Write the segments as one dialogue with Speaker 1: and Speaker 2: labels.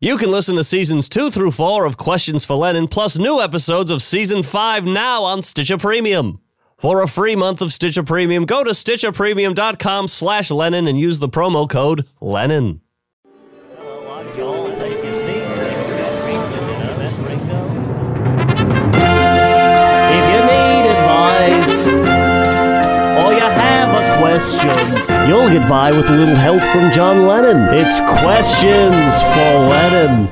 Speaker 1: You can listen to seasons two through four of Questions for Lennon, plus new episodes of season five now on Stitcher Premium. For a free month of Stitcher Premium, go to stitcherpremium.com slash Lennon and use the promo code Lennon. If you need advice or you have a question, you'll get by with a little help from John Lennon. It's Questions for Lennon.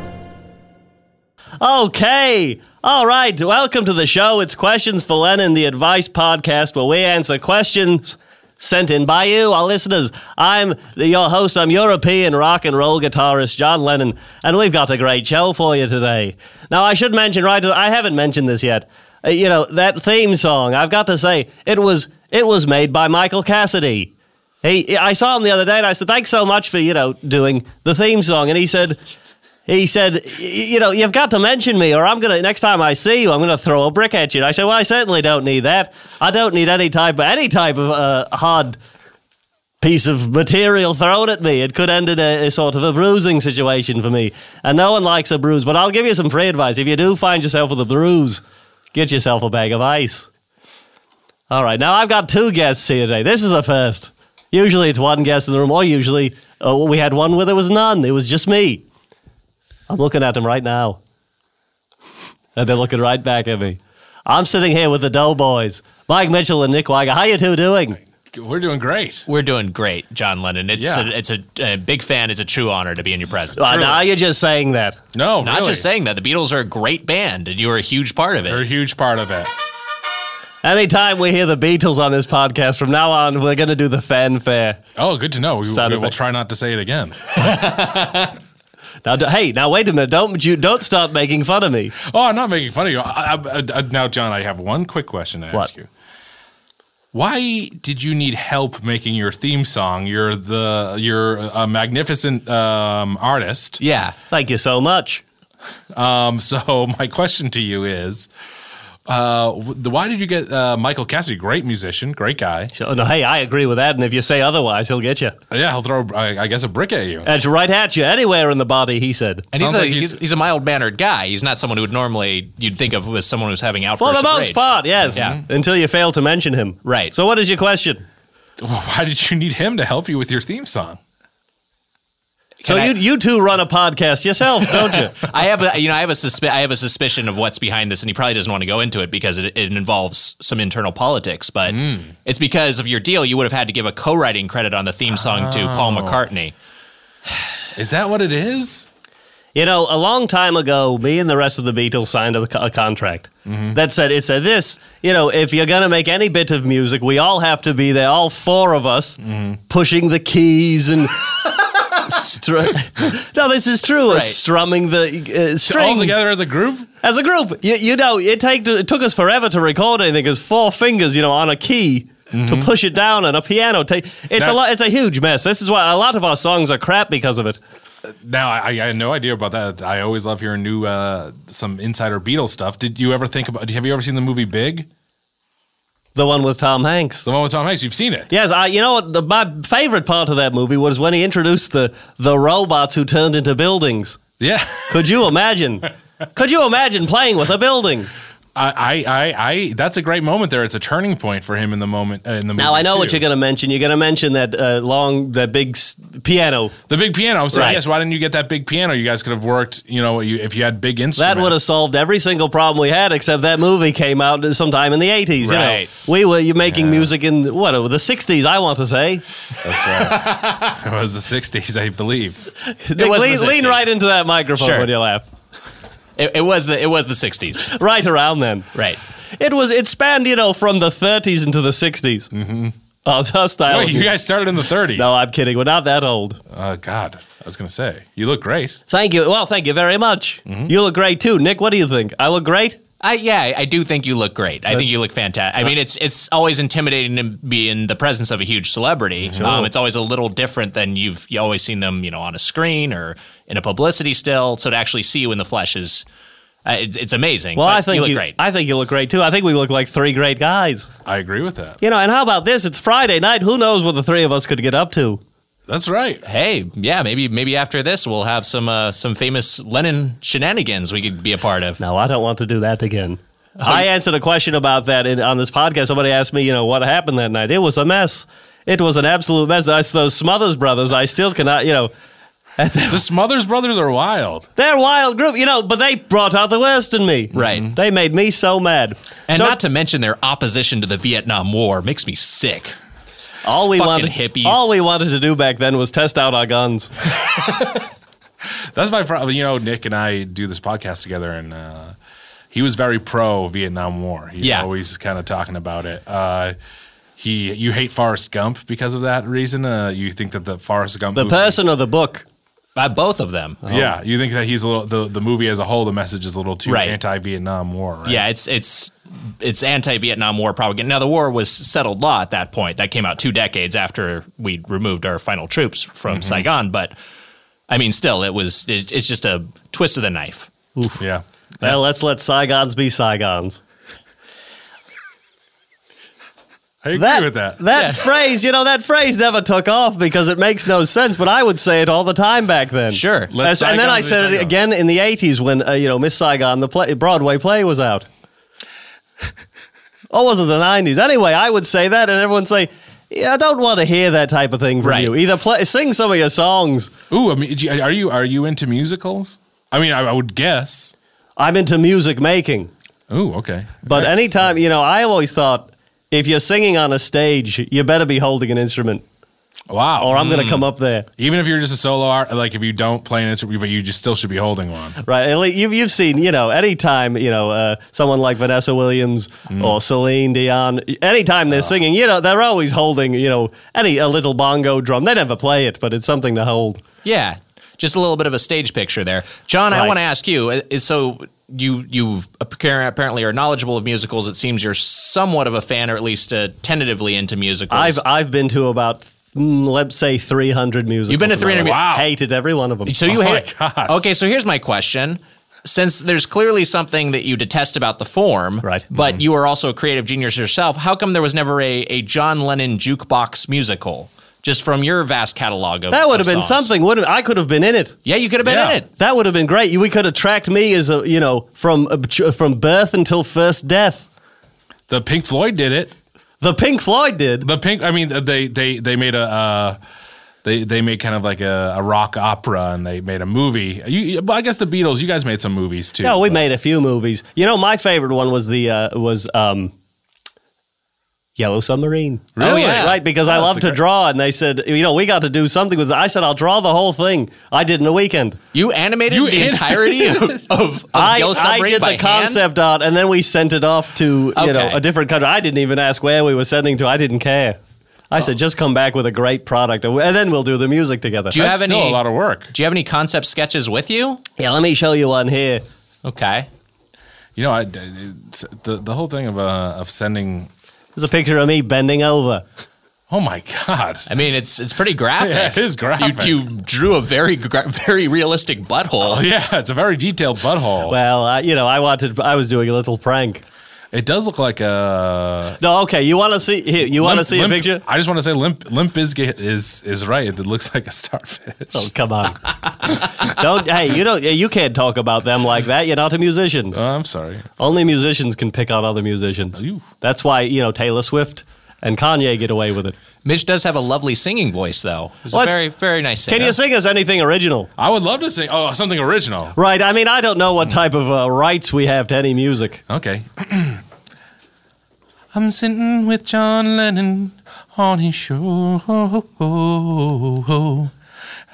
Speaker 1: Okay. All right. Welcome to the show. It's Questions for Lennon, the advice podcast where we answer questions sent in by you, our listeners. I'm the- your host. I'm European rock and roll guitarist John Lennon, and we've got a great show for you today. Now, I should mention right I haven't mentioned this yet. Uh, You know, that theme song, I've got to say, it was it was made by Michael Cassidy. He I saw him the other day and I said, "Thanks so much for, you know, doing the theme song." And he said, he said, "Y- "You know, you've got to mention me, or I'm gonna next time I see you, I'm gonna throw a brick at you." And I said, "Well, I certainly don't need that. I don't need any type of any type of uh, hard piece of material thrown at me. It could end in a, a sort of a bruising situation for me, and no one likes a bruise. But I'll give you some free advice: if you do find yourself with a bruise, get yourself a bag of ice." All right, now I've got two guests here today. This is a first. Usually it's one guest in the room, or usually uh, we had one where there was none. It was just me. I'm looking at them right now. And they're looking right back at me. I'm sitting here with the Doughboys, Mike Mitchell and Nick Weiger. How you two doing?
Speaker 2: We're doing great.
Speaker 3: We're doing great, John Lennon. It's
Speaker 2: Yeah.
Speaker 3: a, it's a, a big fan. It's a true honor to be in your presence.
Speaker 1: Well, now you're just saying that.
Speaker 2: No,
Speaker 3: Not
Speaker 2: really.
Speaker 3: just saying that. The Beatles are a great band, and you were a huge part of
Speaker 2: They're a
Speaker 3: it.
Speaker 2: huge part of it.
Speaker 1: Anytime we hear the Beatles on this podcast, from now on, we're going to do the fanfare.
Speaker 2: Oh, good to know. We,
Speaker 1: Sound
Speaker 2: we will
Speaker 1: effect.
Speaker 2: try not to say it again.
Speaker 1: Now, do, hey, now wait a minute! Don't you don't start making fun of me.
Speaker 2: Oh, I'm not making fun of you. I, I, I, now, John, I have one quick question to
Speaker 1: What?
Speaker 2: ask you. Why did you need help making your theme song? You're the you're a magnificent um, artist.
Speaker 3: Yeah.
Speaker 1: Thank you so much.
Speaker 2: Um, so my question to you is, uh, w- the- why did you get uh, Michael Cassidy? Great musician, great guy.
Speaker 1: So, no, hey, I agree with that. And if you say otherwise, he'll get you.
Speaker 2: Yeah, he'll throw I, I guess a brick at you.
Speaker 1: It's right at you, anywhere in the body. He said.
Speaker 3: And he's
Speaker 2: Sounds
Speaker 3: a,
Speaker 2: like you-
Speaker 3: he's, he's a mild mannered guy. He's not someone who would normally you'd think of as someone who's having outbursts.
Speaker 1: For the
Speaker 3: of
Speaker 1: most
Speaker 3: rage.
Speaker 1: part, yes.
Speaker 3: Yeah.
Speaker 1: Until you fail to mention him.
Speaker 3: Right.
Speaker 1: So, what is your question?
Speaker 2: Why did you need him to help you with your theme song?
Speaker 1: so
Speaker 3: I-
Speaker 1: you you two run a podcast yourself, don't you?
Speaker 3: I have a you know I have a suspi- I have a suspicion of what's behind this, and he probably doesn't want to go into it because it, it involves some internal politics. But
Speaker 2: Hmm.
Speaker 3: it's because of your deal, you would have had to give a co-writing credit on the theme song to Paul
Speaker 2: Oh.
Speaker 3: McCartney.
Speaker 2: Is that what it is?
Speaker 1: You know, a long time ago, me and the rest of the Beatles signed a, co- a contract that said it said this. You know, if you're gonna make any bit of music, we all have to be there, all four of us, pushing the keys and. str- no, this is true. uh,
Speaker 3: Right.
Speaker 1: Strumming the uh, strings
Speaker 2: All together as a group?
Speaker 1: as a group. You, you know, it, take, it took us forever to record anything because four fingers, you know, on a key to push it down on a piano. Take, it's a
Speaker 2: That-
Speaker 1: lot. It's a huge mess. This is why a lot of our songs are crap because of it.
Speaker 2: Now I, I had no idea about that. I always love hearing new uh, some insider Beatles stuff. Did you ever think about? Have you ever seen the movie Big?
Speaker 1: The one with Tom Hanks.
Speaker 2: The one with Tom Hanks. You've seen it.
Speaker 1: Yes, I, you know what? The, my favorite part of that movie was when he introduced the the robots who turned into buildings.
Speaker 2: Yeah.
Speaker 1: Could you imagine? Could you imagine playing with a building?
Speaker 2: I, I, I, I. That's a great moment there. It's a turning point for him in the moment. Uh, in the
Speaker 1: Now
Speaker 2: movie
Speaker 1: I know what
Speaker 2: too.
Speaker 1: you're going to mention. You're going to mention that uh, long, that big s- piano.
Speaker 2: The big piano. I'm saying
Speaker 1: Right.
Speaker 2: yes. Why didn't you get that big piano? You guys could have worked. You know, you, if you had big instruments.
Speaker 1: That would have solved every single problem we had, except that movie came out sometime in the 80s.
Speaker 3: Right.
Speaker 1: You know, we were you making music in what the 60s, I want to say.
Speaker 2: It was the '60s, I believe.
Speaker 1: Nick,
Speaker 3: was the
Speaker 1: lean,
Speaker 3: 60s.
Speaker 1: lean right into that microphone
Speaker 3: Sure.
Speaker 1: when you laugh.
Speaker 3: It, it was the it was the '60s,
Speaker 1: Right around then.
Speaker 3: right?
Speaker 1: It was it spanned you know from the 30s into the 60s. Mm-hmm. Oh, that's style.
Speaker 2: Wait, you guys started in the '30s.
Speaker 1: no, I'm kidding. We're not that old.
Speaker 2: Oh God, I was gonna say you look great.
Speaker 1: Thank you. Well, thank you very much.
Speaker 3: Mm-hmm.
Speaker 1: You look great too, Nick. What do you think? I look great.
Speaker 3: I yeah, I- I do think you look great. I think you look fantastic. I mean, it's it's always intimidating to be in the presence of a huge celebrity. Um, it's always a little different than you've you always seen them, you know, on a screen or in a publicity still. So to actually see you in the flesh is uh, it, it's amazing.
Speaker 1: Well,
Speaker 3: But
Speaker 1: I think
Speaker 3: you look great.
Speaker 1: I think you look great too. I think we look like three great guys.
Speaker 2: I agree with that.
Speaker 1: You know, and how about this? It's Friday night. Who knows what the three of us could get up to?
Speaker 2: That's right.
Speaker 3: Hey, yeah, maybe maybe after this we'll have some uh, some famous Lennon shenanigans we could be a part of.
Speaker 1: No, I don't want to do that again. I answered a question about that in, on this podcast. Somebody asked me, you know, what happened that night. It was a mess. It was an absolute mess. That's those Smothers Brothers. I still cannot, you know,
Speaker 2: The Smothers Brothers are wild.
Speaker 1: they're a wild group, you know, but they brought out the worst in me.
Speaker 3: Right.
Speaker 1: They made me so mad.
Speaker 3: And
Speaker 1: so
Speaker 3: not to mention their opposition to the Vietnam War makes me sick.
Speaker 1: all we
Speaker 3: fucking
Speaker 1: wanted,
Speaker 3: hippies.
Speaker 1: all we wanted to do back then was test out our guns.
Speaker 2: That's my problem. You know, Nick and I do this podcast together, and uh, he was very pro Vietnam War. He's
Speaker 3: Yeah.
Speaker 2: always kind of talking about it. Uh, he, you hate Forrest Gump because of that reason. Uh, you think that the Forrest Gump,
Speaker 1: The
Speaker 2: movie-
Speaker 1: person or the book.
Speaker 3: By both of them.
Speaker 2: yeah, you think that he's a little the, the movie as a whole. The message is a little too
Speaker 3: Right.
Speaker 2: anti-Vietnam War. Right?
Speaker 3: Yeah, it's it's it's anti-Vietnam War propaganda. Now the war was settled law at that point. That came out two decades after we removed our final troops from Saigon. But I mean, still, it was it, it's just a twist of the knife.
Speaker 2: yeah.
Speaker 1: Well, let's let Saigons be Saigons.
Speaker 2: I agree with that.
Speaker 1: phrase, you know, that phrase never took off because it makes no sense. But I would say it all the time back then.
Speaker 3: Sure.
Speaker 2: Let
Speaker 1: As- and then
Speaker 2: Saigon
Speaker 1: I
Speaker 2: be
Speaker 1: said it
Speaker 2: Saigon.
Speaker 1: again in the '80s when uh, you know Miss Saigon, the play, Broadway play, was out. or was it the '90s? Anyway, I would say that, and everyone say, "Yeah, I don't want to hear that type of thing from
Speaker 3: Right.
Speaker 1: you. Either play, sing some of your songs.
Speaker 2: Ooh, I mean, do you- are you are you into musicals? I mean, I, I would guess.
Speaker 1: I'm into music making."
Speaker 2: Ooh, okay.
Speaker 1: But
Speaker 2: Nice.
Speaker 1: anytime, you know, I always thought if you're singing on a stage, you better be holding an instrument,
Speaker 2: wow,
Speaker 1: or I'm going to come up there.
Speaker 2: even if you're just a solo art, like if you don't play an instrument, but you just still should be holding one.
Speaker 1: Right. At least you've, you've seen, you know, anytime, you know, uh, someone like Vanessa Williams
Speaker 3: Mm.
Speaker 1: or Celine Dion, anytime
Speaker 3: Ah.
Speaker 1: they're singing, you know, they're always holding, you know, any a little bongo drum. They never play it, but it's something to hold.
Speaker 3: Yeah, just a little bit of a stage picture there, John. I
Speaker 1: Right.
Speaker 3: want to ask you. uh, Is so you you appar- apparently are knowledgeable of musicals. It seems you're somewhat of a fan, or at least uh, tentatively into musicals.
Speaker 1: I've I've been to about mm, let's say 300 musicals.
Speaker 3: been to
Speaker 1: in my life.
Speaker 3: 300
Speaker 2: wow.
Speaker 1: Hated every one of them. Ah.
Speaker 3: So you
Speaker 2: Oh
Speaker 3: hate.
Speaker 2: my God.
Speaker 3: Okay, so here's my question. Since there's clearly something that you detest about the form,
Speaker 1: Right.
Speaker 3: But you are also a creative genius yourself. How come there was never a, a John Lennon jukebox musical? Just from your vast catalog of
Speaker 1: that would
Speaker 3: of
Speaker 1: have been
Speaker 3: songs.
Speaker 1: something, wouldn't it? I could have been in it.
Speaker 3: Yeah, you could have been
Speaker 2: Yeah.
Speaker 3: in it.
Speaker 1: That would have been great. We could have tracked me as a, you know, from uh, from birth until first death.
Speaker 2: The Pink Floyd did it.
Speaker 1: The Pink Floyd did.
Speaker 2: The Pink, I mean, they they they made a. Uh, they, they made kind of like a, a rock opera and they made a movie. You, you- but I guess the Beatles, you guys made some movies too.
Speaker 1: No, we
Speaker 2: but-
Speaker 1: made a few movies. You know, my favorite one was the uh, was um, Yellow Submarine.
Speaker 2: Really?
Speaker 1: Oh, yeah. Right, because I
Speaker 2: that's
Speaker 1: love
Speaker 2: a
Speaker 1: to
Speaker 2: great-
Speaker 1: draw, and they said, you know, we got to do something with. It. I said, I'll draw the whole thing. I did in a weekend.
Speaker 3: You animated
Speaker 2: You
Speaker 3: the
Speaker 2: an-
Speaker 3: entirety of, of, of
Speaker 1: I,
Speaker 3: Oh, Yellow
Speaker 1: I
Speaker 3: Submarine
Speaker 1: did
Speaker 3: by
Speaker 1: the
Speaker 3: hand?
Speaker 1: concept art, and then we sent it off to you know
Speaker 3: Okay.
Speaker 1: a different country. I didn't even ask where we were sending to. I didn't care. I said, just come back with a great product, and then we'll do the music together.
Speaker 3: Do you
Speaker 2: That's
Speaker 3: have
Speaker 2: still
Speaker 3: any?
Speaker 2: a lot of work.
Speaker 3: do you have any concept sketches with you?
Speaker 1: yeah, let me show you one here.
Speaker 3: Okay.
Speaker 2: You know, I, it's- the the whole thing of uh, of sending.
Speaker 1: There's a picture of me bending over.
Speaker 2: Oh my god!
Speaker 3: I mean, it's it's pretty graphic.
Speaker 2: Yeah, it is graphic.
Speaker 3: You, you drew a very gra- very realistic butthole.
Speaker 2: yeah, it's a very detailed butthole.
Speaker 1: Well, I, you know, I wanted. I was doing a little prank.
Speaker 2: it does look like a.
Speaker 1: No, okay. You want to see? Here, you want to see a picture?
Speaker 2: I just want to say limp limp Bizkit is is right. It looks like a starfish.
Speaker 1: Oh, come on! don't. Hey, you don't. You can't talk about them like that. You're not a musician.
Speaker 2: Oh, I'm sorry.
Speaker 1: Only musicians can pick on other musicians.
Speaker 2: Ew.
Speaker 1: That's why you know Taylor Swift and Kanye get away with it.
Speaker 3: Mitch does have a lovely singing voice, though. He's
Speaker 1: Well,
Speaker 3: a
Speaker 1: it's-
Speaker 3: very, very nice singer.
Speaker 1: Can you sing us anything original?
Speaker 2: I would love to sing. Oh, something original.
Speaker 1: Right. I mean, I don't know what type of uh, rights we have to any music.
Speaker 2: Okay. I'm sitting with John Lennon on his show.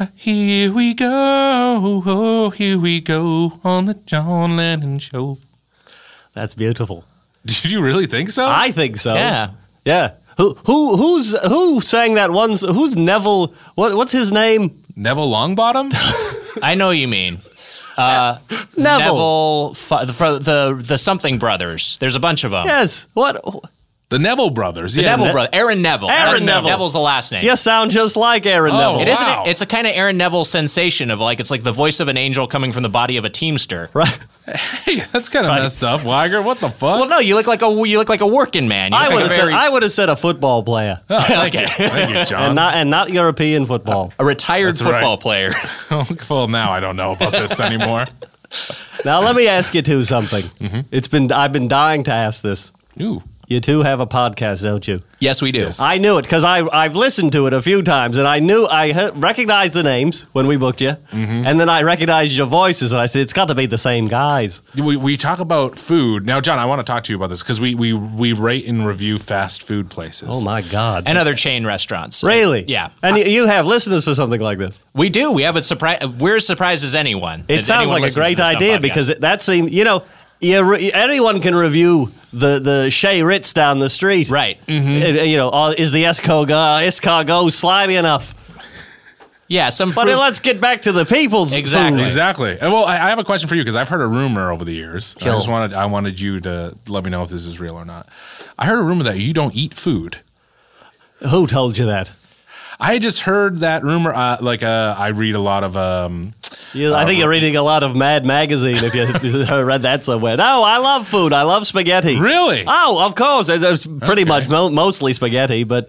Speaker 2: Uh, Here we go. Here we go on the John Lennon show.
Speaker 1: That's beautiful.
Speaker 2: Did you really think so?
Speaker 1: I think so.
Speaker 3: Yeah.
Speaker 1: Yeah. Who who who's who sang that one? s- Who's Neville? What what's his name?
Speaker 2: Neville Longbottom?
Speaker 3: I know you mean Neville, Fu- the, fro- the the something brothers. There's a bunch of them.
Speaker 1: Yes. What?
Speaker 2: the Neville brothers.
Speaker 3: The
Speaker 2: yeah.
Speaker 3: Neville
Speaker 2: Ne-
Speaker 3: brother, Aaron Neville.
Speaker 1: Aaron
Speaker 3: That's-
Speaker 1: Neville.
Speaker 3: Neville's the last name.
Speaker 1: You sound just like Aaron
Speaker 2: Oh.
Speaker 1: Neville.
Speaker 3: It isn't.
Speaker 2: Wow.
Speaker 3: It's a kind of Aaron Neville sensation of like it's like the voice of an angel coming from the body of a teamster.
Speaker 1: Right.
Speaker 2: Hey, that's kind of messed up, Weiger. What the fuck?
Speaker 3: Well, no, you look like a you look like a working man. You
Speaker 1: I
Speaker 3: look
Speaker 1: would
Speaker 3: like
Speaker 1: have
Speaker 3: a
Speaker 1: said
Speaker 3: very Uh-huh.
Speaker 1: I would have said a football player,
Speaker 3: okay,
Speaker 2: Thank you, John.
Speaker 1: and not and not European football.
Speaker 3: a retired
Speaker 2: right.
Speaker 3: football player.
Speaker 2: well, now I don't know about this anymore.
Speaker 1: now let me ask you two something.
Speaker 3: Mm-hmm.
Speaker 1: It's been I've been dying to ask this.
Speaker 2: Ooh.
Speaker 1: You two have a podcast, don't you?
Speaker 3: yes, we do.
Speaker 1: I knew it because I I've listened to it a few times, and I knew I he- recognized the names when we booked you,
Speaker 3: Mm-hmm.
Speaker 1: and then I recognized your voices, and I said it's got to be the same guys.
Speaker 2: We, we talk about food. Now, John, I want to talk to you about this because we, we, we rate and review fast food places.
Speaker 1: Oh my god!
Speaker 3: and other chain restaurants.
Speaker 1: really?
Speaker 3: Yeah.
Speaker 1: And you you have listeners for something like this.
Speaker 3: We do. We have a surprise. We're as surprised as anyone.
Speaker 1: It
Speaker 3: as
Speaker 1: sounds like
Speaker 3: anyone
Speaker 1: a
Speaker 3: listening to
Speaker 1: great
Speaker 3: this dumb
Speaker 1: idea
Speaker 3: podcast.
Speaker 1: because it- that seems you know. You re- anyone can review the the Shea Ritz down the street,
Speaker 3: Right.
Speaker 1: Uh, you know, uh, is the Escargot, Escargot slimy enough?
Speaker 3: yeah, some
Speaker 1: But
Speaker 3: fruit-
Speaker 1: let's get back to the people's
Speaker 3: Exactly.
Speaker 1: food.
Speaker 2: Exactly. And, Well, I, I have a question for you because I've heard a rumor over the years. I
Speaker 1: Sure.
Speaker 2: just wanted I wanted you to let me know if this is real or not. I heard a rumor that you don't eat food.
Speaker 1: Who told you that?
Speaker 2: I just heard that rumor. Uh, like uh, I read a lot of. Um,
Speaker 1: You, I
Speaker 3: Uh,
Speaker 1: think you're reading a lot of Mad Magazine if you read that somewhere. No, I love food. I love spaghetti.
Speaker 2: Really?
Speaker 1: Oh, of course. It's, it's pretty much mo- mostly spaghetti, but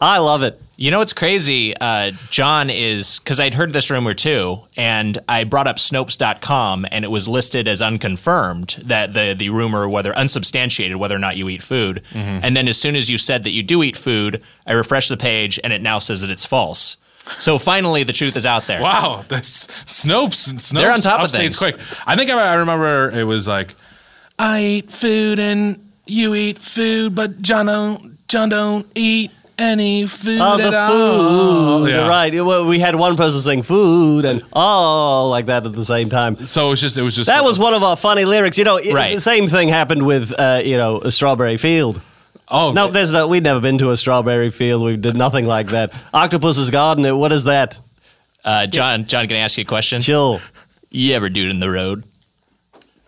Speaker 1: I love it.
Speaker 3: You know what's crazy? Uh, John is because I'd heard this rumor too, and I brought up Snopes.com, and it was listed as unconfirmed that the the rumor whether unsubstantiated whether or not you eat food. And then as soon as you said that you do eat food, I refreshed the page, and it now says that it's false. So finally, the truth is out there.
Speaker 2: wow, that's Snopes. Snopes
Speaker 3: They're on top of
Speaker 2: upstates
Speaker 3: things.
Speaker 2: quick. I think I, I remember it was like, I eat food and you eat food, but John don't. John don't eat any food
Speaker 1: Oh, the
Speaker 2: at all.
Speaker 3: Oh,
Speaker 1: food.
Speaker 2: Yeah.
Speaker 1: Right. It- well, We had one person saying food and oh, like that at the same time.
Speaker 2: So it was just. It was just.
Speaker 1: That was one of our funny lyrics. You know, it-
Speaker 3: Right.
Speaker 1: the same thing happened with, uh, you know, Strawberry Field.
Speaker 2: Oh
Speaker 1: No, there's no, we'd never been to a strawberry field. We did nothing like that. Octopus's Garden, it- what is that?
Speaker 3: Uh, John, John, can I ask you a question?
Speaker 1: Chill.
Speaker 3: You ever dude in the road?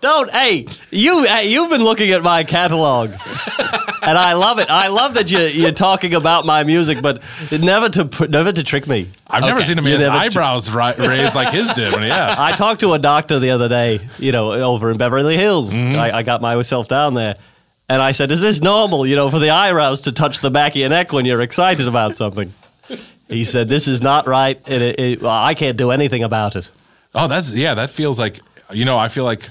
Speaker 1: Don't hey you hey, you've been looking at my catalog, and I love it. I love that you you're talking about my music, but never to pr- never to trick me.
Speaker 2: I've never
Speaker 3: Okay.
Speaker 2: seen a
Speaker 1: You
Speaker 2: man's
Speaker 1: never-
Speaker 2: eyebrows ri- raised like his did when he asked.
Speaker 1: I talked to a doctor the other day, you know, over in Beverly Hills.
Speaker 2: Mm-hmm.
Speaker 1: I, I got myself down there, and I said, "Is this normal? You know, for the eyebrows to touch the back of your neck when you're excited about something?" He said, "This is not right, and it, it, well, I can't do anything about it."
Speaker 2: Oh, that's yeah. That feels like you know. I feel like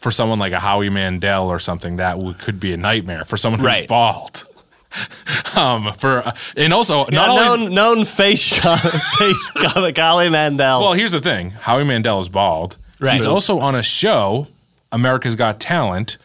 Speaker 2: for someone like a Howie Mandel or something, that would, could be a nightmare for someone who's
Speaker 3: Right.
Speaker 2: bald. um, for and also
Speaker 1: A
Speaker 2: not always.
Speaker 1: known known face co- face comic, Holly Mandel.
Speaker 2: Well, here's the thing: Howie Mandel is bald.
Speaker 3: Right.
Speaker 2: He's also on a show, America's Got Talent,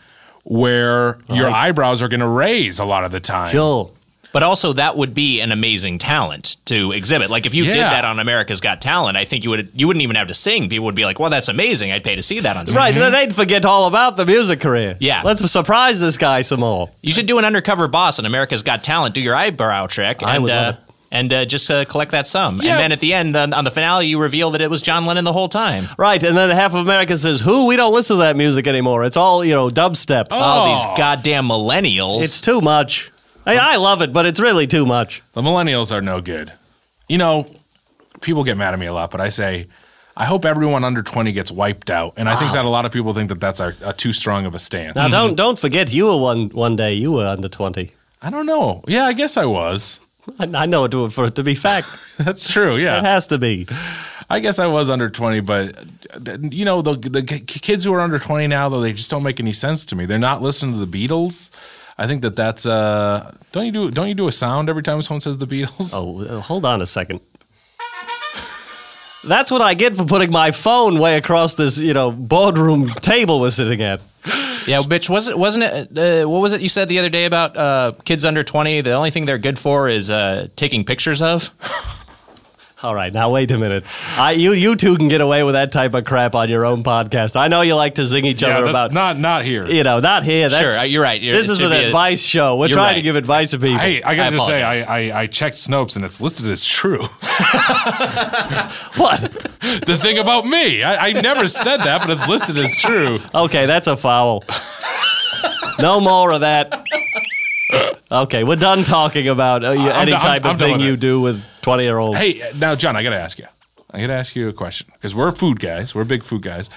Speaker 2: where your eyebrows are going to raise a lot of the time.
Speaker 1: Joel.
Speaker 3: But also, that would be an amazing talent to exhibit. Like if you did
Speaker 2: Yeah.
Speaker 3: that on America's Got Talent, I think you would you wouldn't even have to sing. People would be like, "Well, that's amazing. I'd pay to see that on stage."
Speaker 1: Right,
Speaker 2: Mm-hmm.
Speaker 1: then they'd forget all about the music career.
Speaker 3: Yeah.
Speaker 1: Let's surprise this guy some more.
Speaker 3: You should do an undercover boss on America's Got Talent. Do your eyebrow trick.
Speaker 1: I
Speaker 3: and,
Speaker 1: would
Speaker 3: uh,
Speaker 1: love it.
Speaker 3: And uh, just uh, collect that sum.
Speaker 2: Yeah.
Speaker 3: And then at the end, on, on the finale, you reveal that it was John Lennon the whole time.
Speaker 1: Right, and then half of America says, Who? We don't listen to that music anymore. It's all, you know, dubstep.
Speaker 3: All
Speaker 2: Oh.
Speaker 3: these goddamn millennials.
Speaker 1: It's too much. I, I love it, but it's really too much.
Speaker 2: The millennials are no good. You know, people get mad at me a lot, but I say, I hope everyone under 20 gets wiped out. And I think that a lot of people think that that's a, a too strong of a stance.
Speaker 1: Now, don't don't forget, you were one one day, you were under 20.
Speaker 2: I don't know. Yeah, I guess I was.
Speaker 1: I, I know it to, for it to be fact.
Speaker 2: That's true.
Speaker 1: It
Speaker 2: Yeah.
Speaker 1: has to be.
Speaker 2: I guess I was under 20, but uh, you know, the, the k- kids who are under 20 now, though, they just don't make any sense to me. They're not listening to the Beatles. I think that that's uh don't you do don't you do a sound every time someone says the Beatles?
Speaker 1: Oh, uh, hold on a second. That's what I get for putting my phone way across this, you know, boardroom table we're sitting at.
Speaker 3: yeah, bitch. Was it? Wasn't it? Uh, what was it you said the other day about uh, kids under twenty? The only thing they're good for is uh, taking pictures of.
Speaker 1: All right, now wait a minute. I, you you two can get away with that type of crap on your own podcast. I know you like to zing each
Speaker 2: yeah,
Speaker 1: other
Speaker 2: that's
Speaker 1: about,
Speaker 2: not not here.
Speaker 1: you know, not here. That's,
Speaker 3: Sure, uh, you're right. You're-
Speaker 1: this
Speaker 3: it
Speaker 1: is
Speaker 3: should
Speaker 1: an
Speaker 3: be a-
Speaker 1: advice show. We're
Speaker 3: You're
Speaker 1: trying to
Speaker 3: right.
Speaker 1: give advice to people.
Speaker 2: Hey, I gotta
Speaker 3: I
Speaker 2: just say,
Speaker 3: apologize.
Speaker 2: I, I I checked Snopes and it's listed as true.
Speaker 1: what?
Speaker 2: the thing about me, I, I never said that, but it's listed as true.
Speaker 1: Okay, that's a foul. no more of that. Okay, we're done talking about uh, you,
Speaker 2: I'm
Speaker 1: any
Speaker 2: done-
Speaker 1: type
Speaker 2: I'm-
Speaker 1: of
Speaker 2: I'm done
Speaker 1: thing
Speaker 2: with
Speaker 1: you
Speaker 2: it.
Speaker 1: do with twenty year olds.
Speaker 2: Hey, now John, I gotta ask you. I gotta ask you a question because we're food guys. We're big food guys.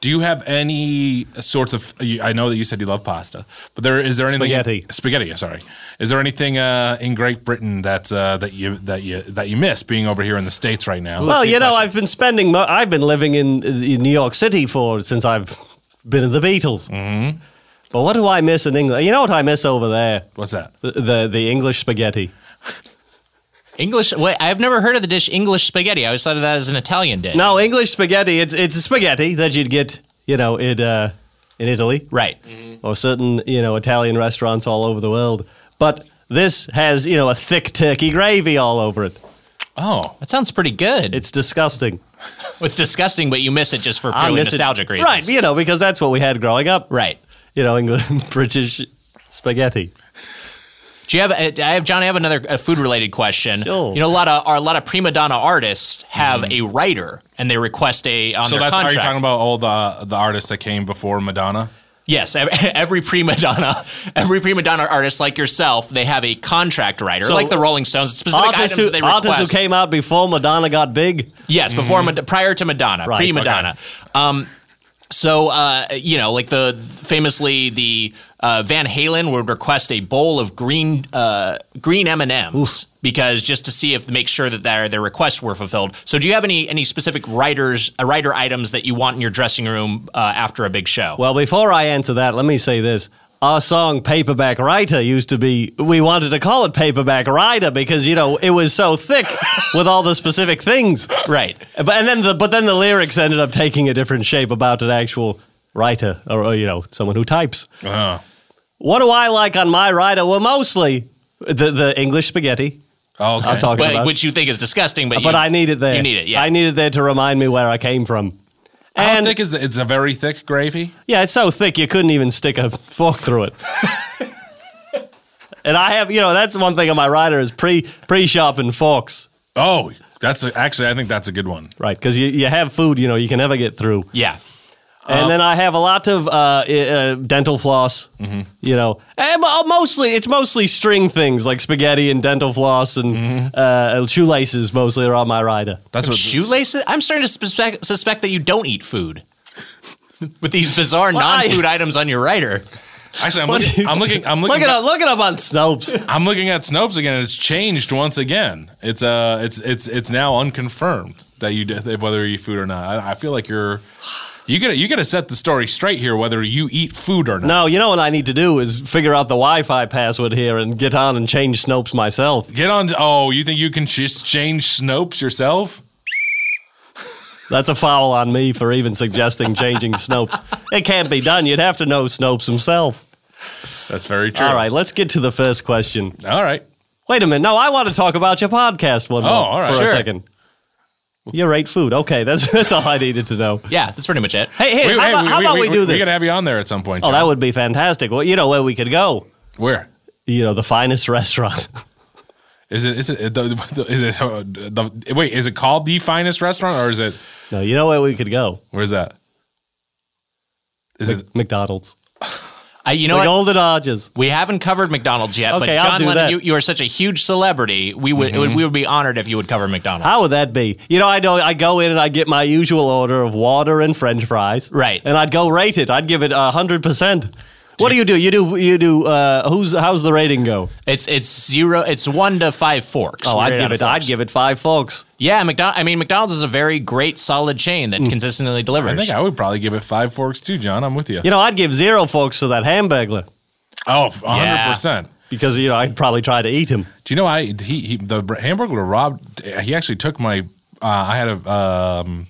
Speaker 2: Do you have any sorts of? you- I know that you said you love pasta, but there is there anything
Speaker 1: Spaghetti.
Speaker 2: Spaghetti, yeah, sorry. Is there anything uh, in Great Britain that uh, that you that you that you miss being over here in the states right now?
Speaker 1: Well, you know, I've been spending. Mo- I've been living in, in New York City for since I've been in the Beatles. Mm-hmm. But what do I miss in England? You know what I miss over there?
Speaker 2: What's that?
Speaker 1: The the, the English spaghetti.
Speaker 3: English. Wait, I've never heard of the dish English spaghetti. I always thought of that as an Italian dish.
Speaker 1: No, English spaghetti. It's it's spaghetti that you'd get, you know, in uh, in Italy
Speaker 3: Right.
Speaker 1: or certain you know Italian restaurants all over the world. But this has you know a thick turkey gravy all over it.
Speaker 2: Oh,
Speaker 3: That sounds pretty good. It's,
Speaker 1: It's disgusting.
Speaker 3: it's disgusting, but you miss it just for
Speaker 1: I
Speaker 3: purely
Speaker 1: miss it.
Speaker 3: nostalgic reasons.
Speaker 1: right? You know, because that's what we had growing up.
Speaker 3: Right.
Speaker 1: You know, English British spaghetti.
Speaker 3: Do you have? uh, I have John. I have another uh, food-related question.
Speaker 1: Sure. Mm-hmm.
Speaker 3: You know, a lot of our, a lot of prima donna artists have a writer, and they request a on
Speaker 2: so
Speaker 3: their
Speaker 2: that's are
Speaker 3: contract.
Speaker 2: you talking about all the the artists that came before Madonna?
Speaker 3: Yes, ev- every prima donna, every prima donna artist like yourself, they have a contract writer,
Speaker 1: So-
Speaker 3: like the Rolling Stones, specific items
Speaker 1: Artists who,
Speaker 3: that they request.
Speaker 1: artists who came out before Madonna got big.
Speaker 3: Yes, before Mad- prior to Madonna,
Speaker 1: Mm-hmm. Right,
Speaker 3: pre Madonna. Um, so uh, you know, like the famously the uh, Van Halen would request a bowl of green uh, green M and M's because just to see if make sure that their their requests were fulfilled. So do you have any any specific writers uh, writer items that you want in your dressing room uh, after a big show?
Speaker 1: Well, before I answer that, let me say this. Our song Paperback Writer used to be, we wanted to call it Paperback Rider because, you know, it was so thick with all the specific things.
Speaker 3: right.
Speaker 1: But, and then the, but then the lyrics ended up taking a different shape about an actual writer or, or, you know, someone who types. Uh-huh.
Speaker 2: Oh,
Speaker 1: What do I like on my rider? Well, mostly the, the English spaghetti.
Speaker 2: oh okay.
Speaker 1: I'm talking
Speaker 3: But,
Speaker 1: about.
Speaker 3: which you think is disgusting, but
Speaker 1: but
Speaker 3: you,
Speaker 1: I need it there.
Speaker 3: You need it, yeah.
Speaker 1: I need it there to remind me where I came from.
Speaker 2: How
Speaker 1: And
Speaker 2: thick is it? It's a very thick gravy.
Speaker 1: Yeah, it's so thick you couldn't even stick a fork through it. and I have, you know, that's one thing on my rider is pre pre sharpened forks,
Speaker 2: Oh, that's a, actually I think that's a good one.
Speaker 1: right? Because you, you have food, you know, you can never get through.
Speaker 3: yeah.
Speaker 2: Uh,
Speaker 1: And then I have a lot of uh, i- uh, dental floss,
Speaker 2: Mm-hmm.
Speaker 1: you know, and mo- uh, mostly it's mostly string things like spaghetti and dental floss and
Speaker 2: Mm-hmm.
Speaker 1: uh, shoelaces mostly are on my rider.
Speaker 2: That's what
Speaker 3: Shoelaces? I'm starting to suspect, suspect that you don't eat food. With these bizarre
Speaker 1: Why?
Speaker 3: non-food items on your writer.
Speaker 2: Actually, I'm looking. I'm looking. I'm looking.
Speaker 1: Look it
Speaker 2: back-
Speaker 1: up, look it up on Snopes.
Speaker 2: I'm looking at Snopes again, and it's changed once again. It's uh, it's it's it's now unconfirmed that you did, whether you eat food or not. I, I feel like you're you gotta you gotta set the story straight here, whether you eat food or not.
Speaker 1: no, you know what I need to do is figure out the Wi-Fi password here and get on and change Snopes myself.
Speaker 2: Get on. Oh, you think you can just change Snopes yourself?
Speaker 1: That's a foul on me for even suggesting changing Snopes. It can't be done. You'd have to know Snopes himself.
Speaker 2: That's very true.
Speaker 1: All right, let's get to the first question.
Speaker 2: All right.
Speaker 1: Wait a minute. No, I want to talk about your podcast one more
Speaker 2: all right.
Speaker 1: for a
Speaker 2: Sure.
Speaker 1: second. You rate food. Okay, that's that's all I needed to know.
Speaker 3: Yeah, that's pretty much it.
Speaker 1: Hey, hey,
Speaker 2: Wait,
Speaker 1: how,
Speaker 2: hey,
Speaker 1: about, how about we, do
Speaker 2: We
Speaker 1: this?
Speaker 2: gotta have you on there at some point.
Speaker 1: oh, that
Speaker 2: John.
Speaker 1: would be fantastic. Well, you know where we could go.
Speaker 2: Where
Speaker 1: You know, the finest restaurant.
Speaker 2: is it? Is it? The, the, is it? Uh, the, wait, is it called the finest restaurant, or is it?
Speaker 1: no, you know where we could go.
Speaker 2: Where's that? Is it?
Speaker 1: McDonald's.
Speaker 3: I, you know
Speaker 1: The
Speaker 3: what?
Speaker 1: Golden Arches.
Speaker 3: We haven't covered McDonald's yet,
Speaker 1: Okay,
Speaker 3: but
Speaker 1: I'll
Speaker 3: John
Speaker 1: do
Speaker 3: Lennon,
Speaker 1: that. Mm-hmm.
Speaker 3: you, you are such a huge celebrity. We would, it would we would be honored if you would cover McDonald's.
Speaker 1: How would that be? You know, I know I go in and I get my usual order of water and French fries.
Speaker 3: Right.
Speaker 1: And I'd go rate it. I'd give it hundred percent. What do you do? You do you do uh, who's how's the rating go?
Speaker 3: It's it's zero. It's one to five forks.
Speaker 1: Oh,
Speaker 3: We're
Speaker 1: I'd
Speaker 3: right
Speaker 1: give
Speaker 3: out
Speaker 1: it
Speaker 3: of
Speaker 1: I'd
Speaker 3: forks.
Speaker 1: give it five folks.
Speaker 3: Yeah, McDonald. I mean, McDonald's is a very great, solid chain
Speaker 1: Mm.
Speaker 3: that consistently delivers.
Speaker 2: I think I would probably give it five forks too, John. I'm with you.
Speaker 1: You know, I'd give zero folks to that hamburger
Speaker 2: Oh, 100%.
Speaker 1: because you know I'd probably try to eat him.
Speaker 2: Do you know I he, he the hamburger robbed he actually took my uh, I had a um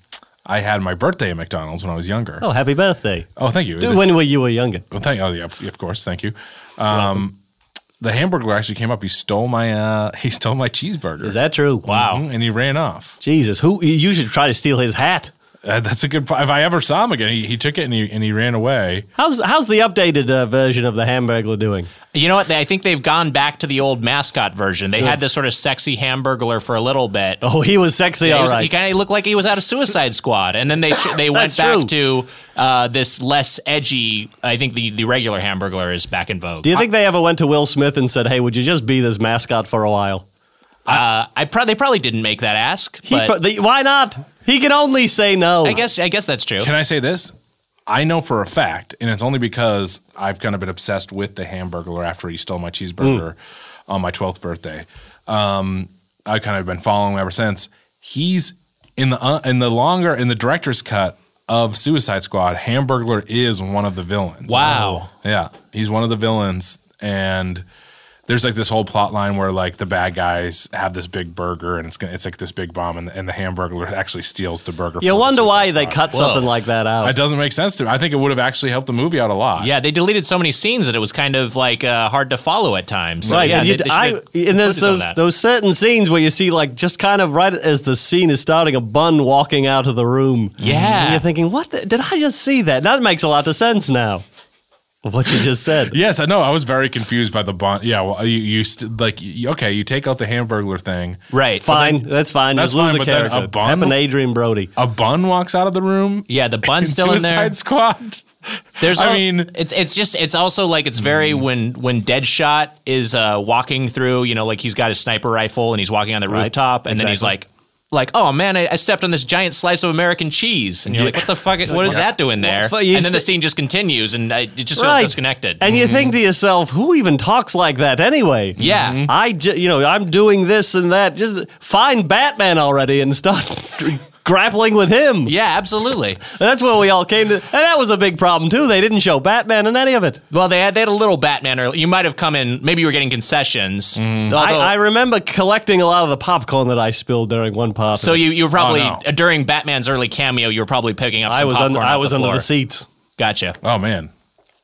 Speaker 2: I had my birthday at McDonald's when I was younger. Oh,
Speaker 1: Oh, happy birthday!
Speaker 2: thank you.
Speaker 1: Dude,
Speaker 2: This-
Speaker 1: when were you were younger?
Speaker 2: well, thank oh yeah, of of course, thank you. Um the hamburger actually came up. He stole my uh he stole my cheeseburger.
Speaker 1: Is that true?
Speaker 2: wow? And he ran off.
Speaker 1: Jesus, who you should try to steal his hat.
Speaker 2: Uh, that's a good if I ever saw him again, he, he took it and he and he ran away.
Speaker 1: How's how's the updated uh, version of the hamburger doing?
Speaker 3: You know what? They, I think they've gone back to the old mascot version. They had this sort of sexy hamburglar for a little bit.
Speaker 1: Oh, he was sexy,
Speaker 3: he,
Speaker 1: all
Speaker 3: was- he
Speaker 1: right.
Speaker 3: kind of looked like he was out of Suicide Squad, and then they they went
Speaker 1: That's
Speaker 3: back
Speaker 1: true.
Speaker 3: to uh, this less edgy. I think the, the regular hamburglar is back in vogue.
Speaker 1: Do you think they ever went to Will Smith and said, "Hey, would you just be this mascot for a while"?
Speaker 3: Uh, I pro- they probably didn't make that ask,
Speaker 1: He
Speaker 3: but
Speaker 1: pro- the, why not? He can only say no.
Speaker 3: I guess I guess that's true.
Speaker 2: Can I say this? I know for a fact, and it's only because I've kind of been obsessed with the Hamburglar after he stole my
Speaker 1: Mm.
Speaker 2: cheeseburger on my 12th birthday. Um, I kind of been following him ever since. He's in the uh, in the longer in the director's cut of Suicide Squad. Hamburglar is one of the villains.
Speaker 3: Wow.
Speaker 2: Yeah, he's one of the villains, and there's like this whole plot line where like the bad guys have this big burger, and it's gonna, it's like this big bomb, and, and the Hamburglar actually steals the burger.
Speaker 1: You
Speaker 2: from the
Speaker 1: wonder why
Speaker 2: Suicide
Speaker 1: they
Speaker 2: Squad.
Speaker 1: cut
Speaker 3: Whoa.
Speaker 1: something like that out.
Speaker 2: It doesn't make sense to me. I think it would have actually helped the movie out a lot.
Speaker 3: Yeah, they deleted so many scenes that it was kind of like uh, hard to follow at times. So,
Speaker 1: Right,
Speaker 3: Yeah,
Speaker 1: and, you,
Speaker 3: they- they
Speaker 1: I,
Speaker 3: should've
Speaker 1: and there's
Speaker 3: focused on
Speaker 1: those
Speaker 3: that.
Speaker 1: those certain scenes where you see like just kind of right as the scene is starting, a bun walking out of the room.
Speaker 3: Yeah.
Speaker 1: and you're thinking, what the, did I just see that? That makes a lot of sense now. What you just said.
Speaker 2: Yes, I know. I was very confused by the bond. Yeah, well, you, you st- like you, okay, you take out the Hamburglar thing.
Speaker 3: right.
Speaker 1: Fine, that's fine. Just
Speaker 2: That's
Speaker 1: lose
Speaker 2: fine,
Speaker 1: a
Speaker 2: but then
Speaker 1: character.
Speaker 2: a
Speaker 1: It's
Speaker 2: bun-
Speaker 1: Happened to Adrian Brody.
Speaker 2: A bun walks out of the room.
Speaker 3: Yeah, the bun's still in
Speaker 2: Suicide
Speaker 3: there.
Speaker 2: Squad.
Speaker 3: There's,
Speaker 2: I
Speaker 3: al-
Speaker 2: mean-
Speaker 3: it's it's just it's also like it's very when when Deadshot is uh, walking through, you know, like he's got his sniper rifle and he's walking on the rooftop, and then he's like, like, oh man, I, I stepped on this giant slice of American cheese, and you're like, what the fuck? What is that doing there?
Speaker 1: fu- you
Speaker 3: and then the
Speaker 1: st-
Speaker 3: scene just continues, and I, it just feels
Speaker 1: Right.
Speaker 3: disconnected. Mm-hmm.
Speaker 1: And you think to yourself, who even talks like that anyway?
Speaker 3: Yeah. Mhm.
Speaker 1: I ju- you know I'm doing this and that. Just find Batman already and start grappling with him.
Speaker 3: yeah, absolutely.
Speaker 1: That's where we all came to, and that was a big problem too. They didn't show Batman in any of it.
Speaker 3: Well, they had they had a little Batman. Early. You might have come in. Maybe you were getting concessions.
Speaker 1: I,
Speaker 3: Although-
Speaker 1: I remember collecting a lot of the popcorn that I spilled during one pop.
Speaker 3: so you you were probably
Speaker 2: Oh,
Speaker 3: uh during Batman's early cameo. You were probably picking up. Some
Speaker 1: I was
Speaker 3: popcorn
Speaker 1: under,
Speaker 3: off
Speaker 1: I was
Speaker 3: the
Speaker 1: under
Speaker 3: floor.
Speaker 1: the seats.
Speaker 3: Gotcha.
Speaker 2: Oh man.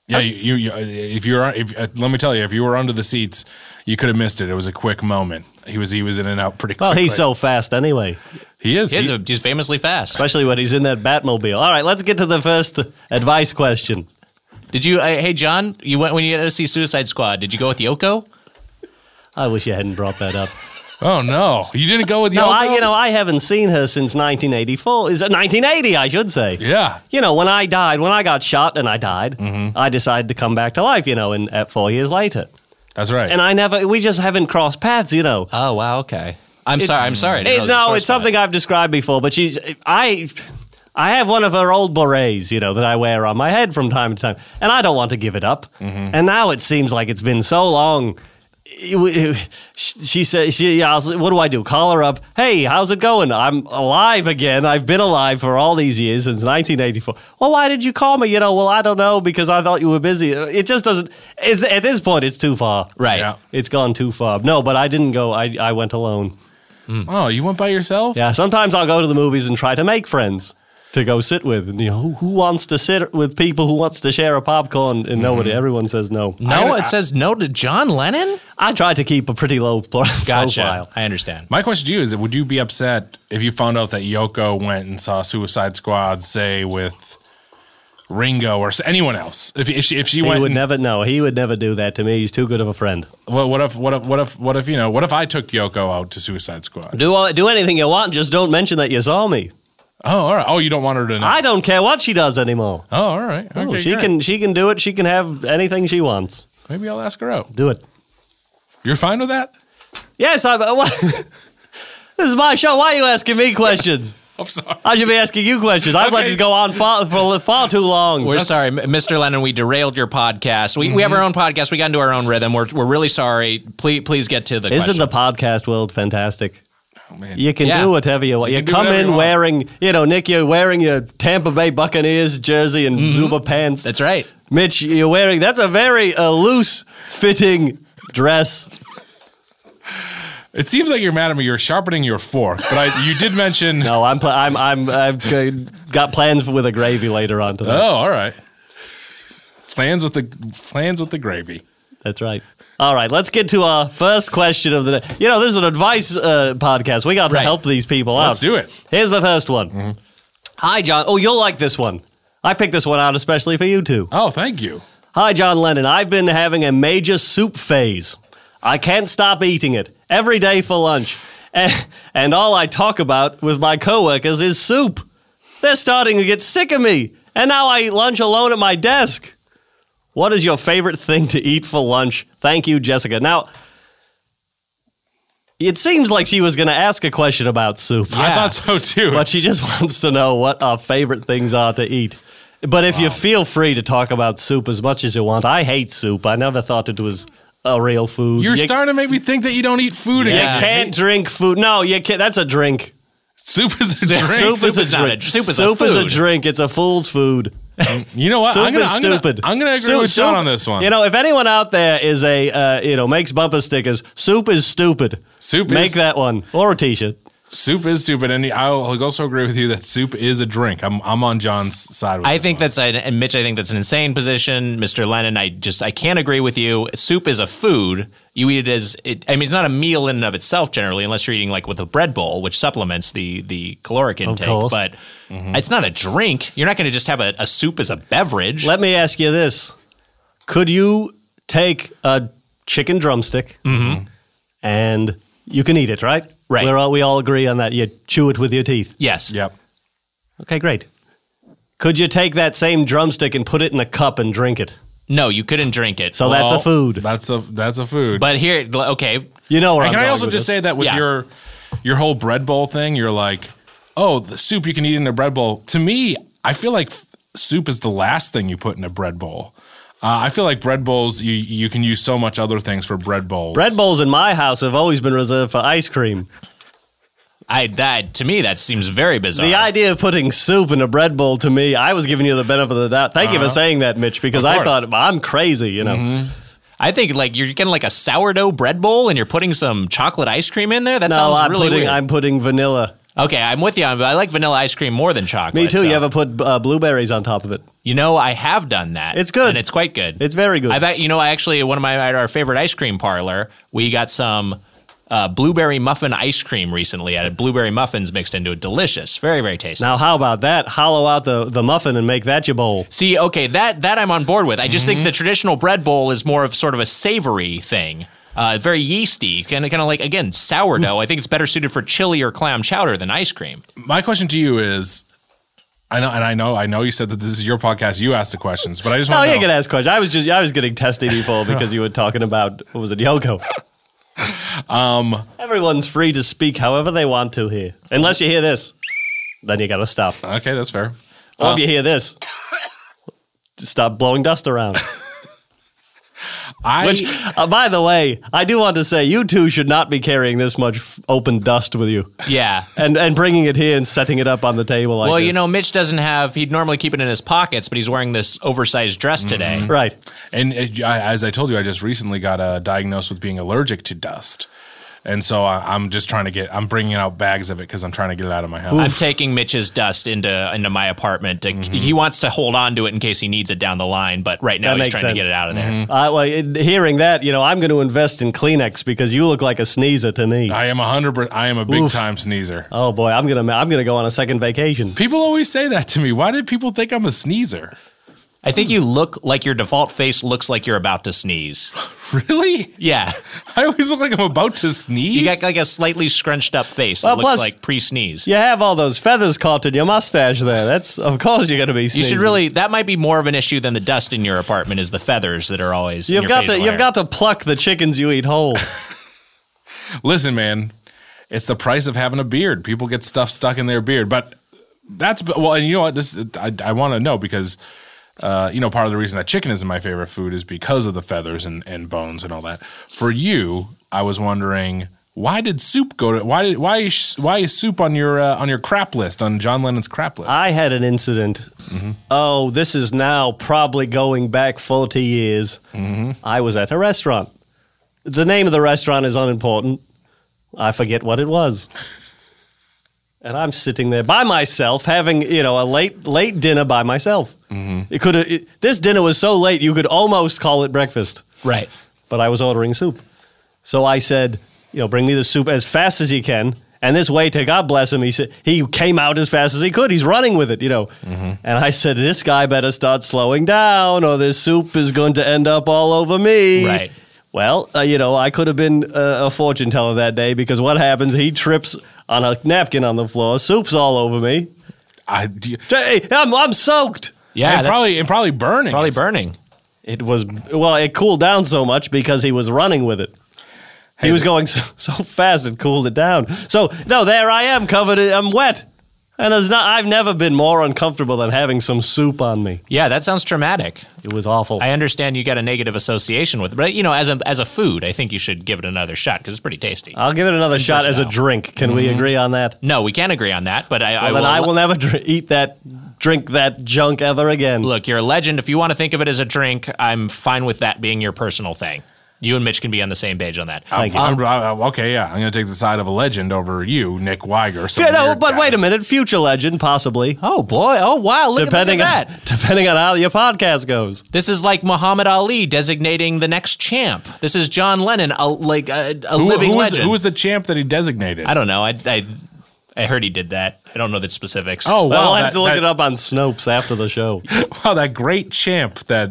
Speaker 2: Yeah, you, you, you uh, if you're if uh, let me tell you, if you were under the seats, you could have missed it. It was a quick moment. He was he was in and out pretty quick.
Speaker 1: Well, he's so fast anyway,
Speaker 2: he is.
Speaker 3: He is
Speaker 2: He-
Speaker 3: a- he's famously fast.
Speaker 1: especially when he's in that Batmobile. All right, let's get to the first advice question.
Speaker 3: Did you? Uh, hey, John, you went when you had to see Suicide Squad. Did you go with Yoko?
Speaker 1: I wish you hadn't brought that up.
Speaker 2: oh no, you didn't go with
Speaker 1: No,
Speaker 2: Yoko?
Speaker 1: I, you know, I haven't seen her since 1984. Is it 1980? I should say.
Speaker 2: Yeah.
Speaker 1: You know, when I died, when I got shot and I died,
Speaker 3: Mm-hmm.
Speaker 1: I decided to come back to life. You know, and at four years later,
Speaker 2: That's right.
Speaker 1: and I never, we just haven't crossed paths. You know,
Speaker 3: Oh wow, okay. I'm sorry. I'm sorry. I didn't
Speaker 1: It's,
Speaker 3: know the
Speaker 1: no,
Speaker 3: source
Speaker 1: it's something
Speaker 3: on
Speaker 1: I've described before, but she's I. I have one of her old berets, you know, that I wear on my head from time to time, and I don't want to give it up.
Speaker 3: Mm-hmm.
Speaker 1: And now it seems like it's been so long. It- it- She, she said, "She, I was like, what do I do? Call her up. Hey, how's it going? I'm alive again. I've been alive for all these years since 1984. Well, why did you call me? You know, well, I don't know because I thought you were busy. It just doesn't. It's, at this point, it's too far.
Speaker 3: it. Right.
Speaker 2: Yeah.
Speaker 1: It's gone too far. No, but I didn't go. I I went alone.
Speaker 2: oh, you went by yourself?
Speaker 1: Yeah, sometimes I'll go to the movies and try to make friends to go sit with. And you know, who, who wants to sit with people who wants to share a popcorn? And nobody, everyone says no.
Speaker 3: No, it says no to John Lennon.
Speaker 1: I try to keep a pretty low pro-
Speaker 3: Gotcha.
Speaker 1: profile.
Speaker 3: I understand.
Speaker 2: My question to you is: Would you be upset if you found out that Yoko went and saw Suicide Squad, say with Ringo or s- anyone else? If, if she if she
Speaker 1: He
Speaker 2: went,
Speaker 1: would
Speaker 2: and-
Speaker 1: never no. He would never do that to me. He's too good of a friend.
Speaker 2: well, what if what if what if what if you know? What if I took Yoko out to Suicide Squad?
Speaker 1: Do all, do anything you want. Just don't mention that you saw me.
Speaker 2: Oh, all right. Oh, you don't want her to know.
Speaker 1: I don't care what she does anymore.
Speaker 2: oh, all right. Okay,
Speaker 1: she
Speaker 2: great.
Speaker 1: can she can do it. She can have anything she wants.
Speaker 2: Maybe I'll ask her out.
Speaker 1: Do it.
Speaker 2: You're fine with that?
Speaker 1: Yes, I. this is my show. Why are you asking me questions?
Speaker 2: I'm sorry.
Speaker 1: I should be asking you questions. I've let
Speaker 2: Okay.
Speaker 1: it go on far, for far too long.
Speaker 3: We're sorry, M- Mr. Lennon. We derailed your podcast. We, we have our own podcast. We got into our own rhythm. We're, we're really sorry. Please please get to the
Speaker 1: Isn't
Speaker 3: question.
Speaker 1: the podcast world fantastic?
Speaker 2: Oh, man.
Speaker 1: You can
Speaker 3: Yeah.
Speaker 1: do whatever you want. You,
Speaker 2: can do
Speaker 1: come
Speaker 2: whatever
Speaker 1: in
Speaker 2: you want.
Speaker 1: wearing, you know, Nick, you're wearing your Tampa Bay Buccaneers jersey and Zuba pants.
Speaker 3: Mm-hmm. That's right.
Speaker 1: Mitch, you're wearing, that's a very uh, loose fitting dress.
Speaker 2: It seems like you're mad at me. You're sharpening your fork, but I you did mention.
Speaker 1: No, I'm, pl- I'm, I'm, I've uh, got plans for- with a gravy later on today.
Speaker 2: Oh, all right. Plans with the plans with the gravy.
Speaker 1: That's right. All right, let's get to our first question of the day. You know, this is an advice uh, podcast. We got to
Speaker 3: Right.
Speaker 1: help these people out.
Speaker 2: Let's do it.
Speaker 1: Here's the first one. Hi, John. Oh, you'll like this one. I picked this one out especially for you two.
Speaker 2: Oh, thank you.
Speaker 1: Hi, John Lennon. I've been having a major soup phase. I can't stop eating it every day for lunch. And, and all I talk about with my coworkers is soup. They're starting to get sick of me. And now I eat lunch alone at my desk. What is your favorite thing to eat for lunch? Thank you, Jessica. Now, it seems like she was going to ask a question about soup.
Speaker 2: I thought so too.
Speaker 1: But she just wants to know what our favorite things are to eat. But if you feel free to talk about soup as much as you want, I hate soup. I never thought it was a real food.
Speaker 2: You're
Speaker 1: you,
Speaker 2: starting to make me think that you don't eat food
Speaker 1: you
Speaker 2: again.
Speaker 3: Yeah.
Speaker 1: can't drink food. No, you can't. That's a drink.
Speaker 2: Soup is a drink.
Speaker 3: Soup is not a- soup is a food.
Speaker 1: drink. It's a fool's food.
Speaker 2: You know what?
Speaker 1: Soup
Speaker 2: I'm gonna,
Speaker 1: is
Speaker 2: I'm gonna-
Speaker 1: stupid.
Speaker 2: I'm going to agree
Speaker 1: Soup-
Speaker 2: with John
Speaker 1: soup-
Speaker 2: on this one.
Speaker 1: You know, if anyone out there is a uh, you know makes bumper stickers, soup is stupid.
Speaker 2: Soup
Speaker 1: make
Speaker 2: is-
Speaker 1: that one or a t-shirt.
Speaker 2: soup is stupid, and I'll I'll also agree with you that soup is a drink. I'm I'm on John's side. With
Speaker 3: I
Speaker 2: this
Speaker 3: think
Speaker 2: one.
Speaker 3: that's an, and Mitch. I think that's an insane position, Mr. Lennon. I just I can't agree with you. Soup is a food. You eat it as it, I mean, it's not a meal in and of itself generally, unless you're eating like with a bread bowl, which supplements the the caloric intake.
Speaker 1: course.
Speaker 3: But it's not a drink. You're not going to just have a, a soup as a beverage.
Speaker 1: Let me ask you this: Could you take a chicken drumstick
Speaker 2: Mm-hmm.
Speaker 1: and you can eat it, right?
Speaker 3: Right.
Speaker 1: We're all, we all agree on that. You chew it with your teeth.
Speaker 3: yes.
Speaker 2: yep.
Speaker 1: Okay, great. Could you take that same drumstick and put it in a cup and drink it?
Speaker 3: No, you couldn't drink it.
Speaker 1: So that's
Speaker 2: Well,
Speaker 1: a food.
Speaker 2: That's a that's a food.
Speaker 3: But here, okay,
Speaker 1: you know where
Speaker 2: And
Speaker 1: I'm
Speaker 2: can I
Speaker 1: going
Speaker 2: also
Speaker 1: with
Speaker 2: just
Speaker 1: this.
Speaker 2: say that with
Speaker 3: Yeah.
Speaker 2: your your whole bread bowl thing, you're like, oh, the soup you can eat in a bread bowl. To me, I feel like f- soup is the last thing you put in a bread bowl. Uh, I feel like bread bowls you you can use so much other things for bread bowls.
Speaker 1: bread bowls in my house have always been reserved for ice cream.
Speaker 3: I that to me that seems very bizarre.
Speaker 1: The
Speaker 2: Uh-huh.
Speaker 1: idea of putting soup in a bread bowl to me, I was giving you the benefit of the doubt. Thank you for saying that, Mitch, because
Speaker 2: Uh-huh. Of
Speaker 1: I
Speaker 2: course. Mm-hmm.
Speaker 1: thought I'm crazy, you know.
Speaker 3: I think like you're getting like a sourdough bread bowl and you're putting some chocolate ice cream in there. That
Speaker 1: No,
Speaker 3: sounds
Speaker 1: I'm
Speaker 3: really
Speaker 1: putting
Speaker 3: weird.
Speaker 1: I'm putting vanilla.
Speaker 3: okay, I'm with you. on- I like vanilla ice cream more than chocolate.
Speaker 1: Me too.
Speaker 3: so-
Speaker 1: You ever put uh, blueberries on top of it?
Speaker 3: You know, I have done that.
Speaker 1: It's good.
Speaker 3: and it's quite good.
Speaker 1: It's very good.
Speaker 3: I've act- you know, I actually one of my at our favorite ice cream parlor. We got some uh, blueberry muffin ice cream recently. I had blueberry muffins mixed into it. Delicious, very very tasty.
Speaker 1: now, how about that? Hollow out the, the muffin and make that your bowl.
Speaker 3: See, okay, that that I'm on board with. I just think the traditional bread bowl is more of sort of a savory thing. Uh, very yeasty, kind of, kind of like again sourdough. I think it's better suited for chili or clam chowder than ice cream.
Speaker 2: My question to you is, I know, and I know, I know you said that this is your podcast. You asked the questions, but I just
Speaker 1: No,
Speaker 2: want
Speaker 1: Oh, you
Speaker 2: to
Speaker 1: can
Speaker 2: know.
Speaker 1: ask questions. I was just I was getting testy before because you were talking about what was it, Yoko? Um, everyone's free to speak however they want to here, unless you hear this, then you got to stop.
Speaker 2: Okay, that's fair.
Speaker 1: Or
Speaker 3: Uh.
Speaker 1: if you hear this, stop blowing dust around.
Speaker 2: I
Speaker 1: Which, uh, by the way, I do want to say you two should not be carrying this much f- open dust with you,
Speaker 3: Yeah.
Speaker 1: and and bringing it here and setting it up on the table. Like
Speaker 3: Well, you
Speaker 1: this.
Speaker 3: know, Mitch doesn't have. He'd normally keep it in his pockets, but he's wearing this oversized dress today.
Speaker 1: Mm-hmm. right?
Speaker 2: And it, I, as I told you, I just recently got uh, diagnosed with being allergic to dust, and so I, I'm just trying to get. I'm bringing out bags of it because I'm trying to get it out of my
Speaker 3: I'm
Speaker 2: house.
Speaker 3: taking Mitch's dust into into my apartment. To, He wants to hold on to it in case he needs it down the line, but right now
Speaker 1: Mm-hmm. That
Speaker 3: he's
Speaker 1: makes
Speaker 3: trying to get
Speaker 1: sense.
Speaker 3: it out of there.
Speaker 1: Uh, well, in- hearing that, you know, I'm going to invest in Kleenex because you look like a sneezer to me.
Speaker 2: I am a hundred. I am a big time sneezer.
Speaker 1: Oh boy, I'm gonna I'm gonna go on a second vacation.
Speaker 2: People always say that to me. Why do people think I'm a sneezer?
Speaker 3: I think you look like your default face looks like you're about to sneeze.
Speaker 2: Really?
Speaker 3: Yeah.
Speaker 2: I always look like I'm about to sneeze.
Speaker 3: You got like a slightly scrunched up face
Speaker 1: Well,
Speaker 3: that looks
Speaker 1: plus-
Speaker 3: like pre sneeze.
Speaker 1: You have all those feathers caught in your mustache there. That's of course you're gonna be.
Speaker 3: You
Speaker 1: Sneezing.
Speaker 3: should really. That might be more of an issue than the dust in your apartment is the feathers that are always. in
Speaker 1: You've
Speaker 3: your
Speaker 1: got to
Speaker 3: facial
Speaker 1: you've
Speaker 3: hair.
Speaker 1: got to pluck the chickens you eat whole.
Speaker 2: Listen, man, it's the price of having a beard. People get stuff stuck in their beard, but that's well. And you know what? This I, I want to know because uh, you know part of the reason that chicken isn't my favorite food is because of the feathers and, and bones and all that. For you, I was wondering why did soup go to why did why is, why is soup on your uh, on your crap list on John Lennon's crap list?
Speaker 1: I had an incident. Oh, this is now probably going back 40 years. I was at a restaurant. The name of the restaurant is unimportant. I forget what it was. And I'm sitting there by myself, having you know a late late dinner by myself. It could it, this dinner was so late you could almost call it breakfast
Speaker 3: right.
Speaker 1: but I was ordering soup. So I said, you know, bring me the soup as fast as you can. And this waiter, God bless him, he said he came out as fast as he could. He's running with it, you know. And I said, this guy better start slowing down, or this soup is going to end up all over me.
Speaker 3: Right.
Speaker 1: Well, uh, you know, I could have been uh, a fortune teller that day because what happens? He trips on a napkin on the floor. Soup's all over me.
Speaker 2: I do you-
Speaker 1: Hey, I'm, I'm soaked.
Speaker 3: Yeah.
Speaker 2: and
Speaker 3: That's probably
Speaker 2: probably and probably burning.
Speaker 3: probably
Speaker 2: It's-
Speaker 3: burning.
Speaker 1: It was well. It cooled down so much because he was running with it. He was going so, so fast it cooled it down. So no, there I am covered. in- I'm wet. And it's not, I've never been more uncomfortable than having some soup on me.
Speaker 3: Yeah, that sounds traumatic.
Speaker 1: It was awful.
Speaker 3: I understand you got a negative association with it, but you know, as a as a food, I think you should give it another shot because it's pretty tasty.
Speaker 1: I'll give it another shot as a drink. Can we agree on that?
Speaker 3: Mm-hmm. no, we can't agree on that, but I, I
Speaker 1: Well,
Speaker 3: will.
Speaker 1: then I will never dr- eat that, drink that junk ever again.
Speaker 3: Look, you're a legend. If you want to think of it as a drink, I'm fine with that being your personal thing. You and Mitch can be on the same page on that.
Speaker 1: Thank you.
Speaker 2: I'm, I'm- okay, yeah, I'm gonna take the side of a legend over you, Nick Weiger. some
Speaker 1: Yeah, no,
Speaker 2: weird
Speaker 1: but
Speaker 2: guy.
Speaker 1: wait a minute, future legend, possibly.
Speaker 3: Oh boy! Oh wow! Look,
Speaker 1: depending
Speaker 3: at, look at
Speaker 1: on
Speaker 3: that.
Speaker 1: depending on how your podcast goes.
Speaker 3: This is like Muhammad Ali designating the next champ. This is John Lennon, a, like a, a
Speaker 2: Who,
Speaker 3: living
Speaker 2: who, was,
Speaker 3: legend.
Speaker 2: who was the champ that he designated?
Speaker 3: I don't know. I, I I heard he did that. I don't know the specifics.
Speaker 2: oh, wow,
Speaker 1: Well, I'll have
Speaker 2: that-
Speaker 1: to look
Speaker 2: that-
Speaker 1: it up on Snopes after the show.
Speaker 2: Wow, that great champ that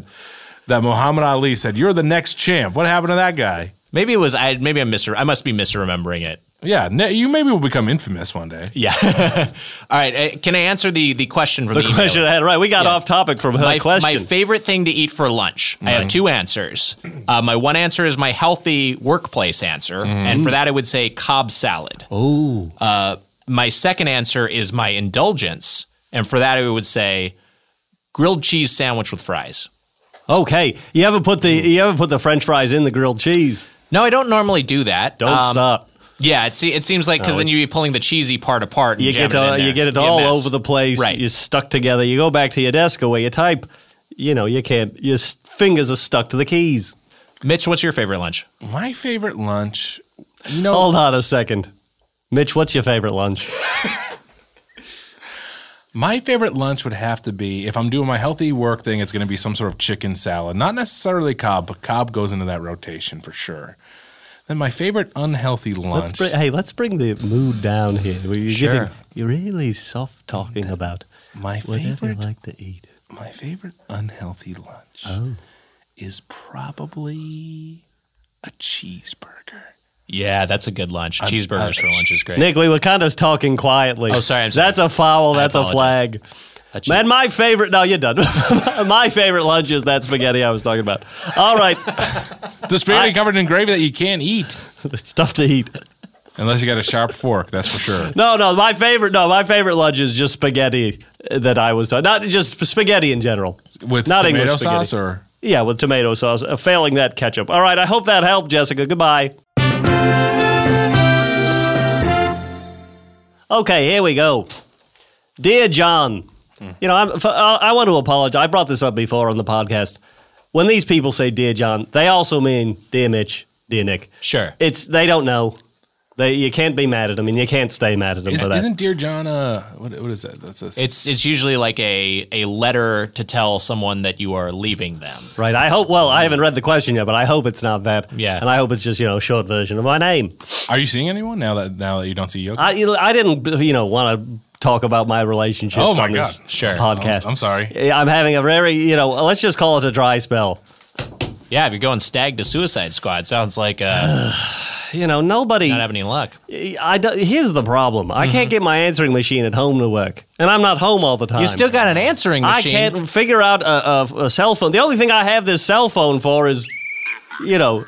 Speaker 2: that Muhammad Ali said, "You're the next champ." What happened to that guy?
Speaker 3: maybe it was. I maybe I'm misre- I must be misremembering it.
Speaker 2: Yeah, ne- you maybe will become infamous one day.
Speaker 3: Yeah. All right. uh, Can I answer the the question from the,
Speaker 1: The
Speaker 3: email?
Speaker 1: question I had right. We got off topic from her
Speaker 3: my,
Speaker 1: question.
Speaker 3: my favorite thing to eat for lunch. I have two answers. Uh, my one answer is my healthy workplace answer, and for that I would say Cobb salad. Oh. Uh, my second answer is my indulgence, and for that I would say grilled cheese sandwich with fries.
Speaker 1: okay, you haven't put the you haven't put the French fries in the grilled cheese.
Speaker 3: No, I don't normally do that.
Speaker 1: Don't
Speaker 3: Um,
Speaker 1: stop.
Speaker 3: Yeah, it, se- it seems like because then you'd be pulling the cheesy part apart. And
Speaker 1: You get
Speaker 3: jamming it in
Speaker 1: all, you
Speaker 3: there.
Speaker 1: get it
Speaker 3: Be a
Speaker 1: all
Speaker 3: mess.
Speaker 1: over the place.
Speaker 3: Right.
Speaker 1: You're stuck together. You go back to your desk or where you type. You know you can't. Your s- fingers are stuck to the keys.
Speaker 3: Mitch, what's your favorite lunch?
Speaker 2: My favorite lunch, you know,
Speaker 1: Hold on a second, Mitch. What's your favorite lunch?
Speaker 2: my favorite lunch would have to be if I'm doing my healthy work thing. It's going to be some sort of chicken salad, not necessarily Cobb, but Cobb goes into that rotation for sure. Then my favorite unhealthy
Speaker 1: Let's
Speaker 2: lunch.
Speaker 1: bring, hey, let's bring the mood down here. Well, You're
Speaker 2: Sure.
Speaker 1: getting you're really soft talking about
Speaker 2: my
Speaker 1: whatever you
Speaker 2: favorite
Speaker 1: like to eat.
Speaker 2: My favorite unhealthy lunch is probably a cheeseburger.
Speaker 3: Yeah, that's a good lunch. Cheeseburgers for lunch is great.
Speaker 1: Nick, we were kind of talking quietly.
Speaker 3: Oh, sorry, I'm sorry.
Speaker 1: That's a foul.
Speaker 3: I
Speaker 1: That's a
Speaker 3: apologize.
Speaker 1: flag. Man, my favorite. No, you're done. my favorite lunch is that spaghetti I was talking about. All right,
Speaker 2: The spaghetti covered in gravy that you can't eat
Speaker 1: it's tough to eat.
Speaker 2: unless you got a sharp fork. That's for sure.
Speaker 1: No, no, my favorite. No, my favorite lunch is just spaghetti that I was talking. Not just spaghetti in general.
Speaker 2: With
Speaker 1: Not
Speaker 2: tomato
Speaker 1: English spaghetti.
Speaker 2: sauce or
Speaker 1: Yeah, with tomato sauce. Uh, failing that ketchup. All right, I hope that helped, Jessica. Goodbye. Okay, here we go. Dear John, you know, I'm, f- uh, I I want to apologize. I brought this up before on the podcast. When these people say "Dear John," they also mean "Dear Mitch," "Dear Nick."
Speaker 3: Sure.
Speaker 1: It's they don't know. They you can't be mad at them, and you can't stay mad at them
Speaker 2: is,
Speaker 1: for that.
Speaker 2: isn't Dear John a what, what is that? That's a
Speaker 3: It's it's usually like a a letter to tell someone that you are leaving them.
Speaker 1: Right. I hope. Well, I haven't read the question yet, but I hope it's not that.
Speaker 3: Yeah.
Speaker 1: And I hope it's just you know a short version of my name.
Speaker 2: Are you seeing anyone now that now that you don't see Yoko?
Speaker 1: I you know, I didn't you know want to talk about my relationships
Speaker 2: Oh, my
Speaker 1: on this
Speaker 2: God.
Speaker 3: Sure.
Speaker 1: podcast.
Speaker 2: I'm- I'm sorry.
Speaker 1: Yeah, I'm having a very you know let's just call it a dry spell.
Speaker 3: Yeah, if you're going stag to Suicide Squad, sounds like uh,
Speaker 1: You know nobody.
Speaker 3: not having any luck.
Speaker 1: I do, here's the problem. I can't get my answering machine at home to work, and I'm not home all the time.
Speaker 3: You still got an answering
Speaker 1: I
Speaker 3: machine.
Speaker 1: can't figure out a, a, a cell phone. The only thing I have this cell phone for is, you know,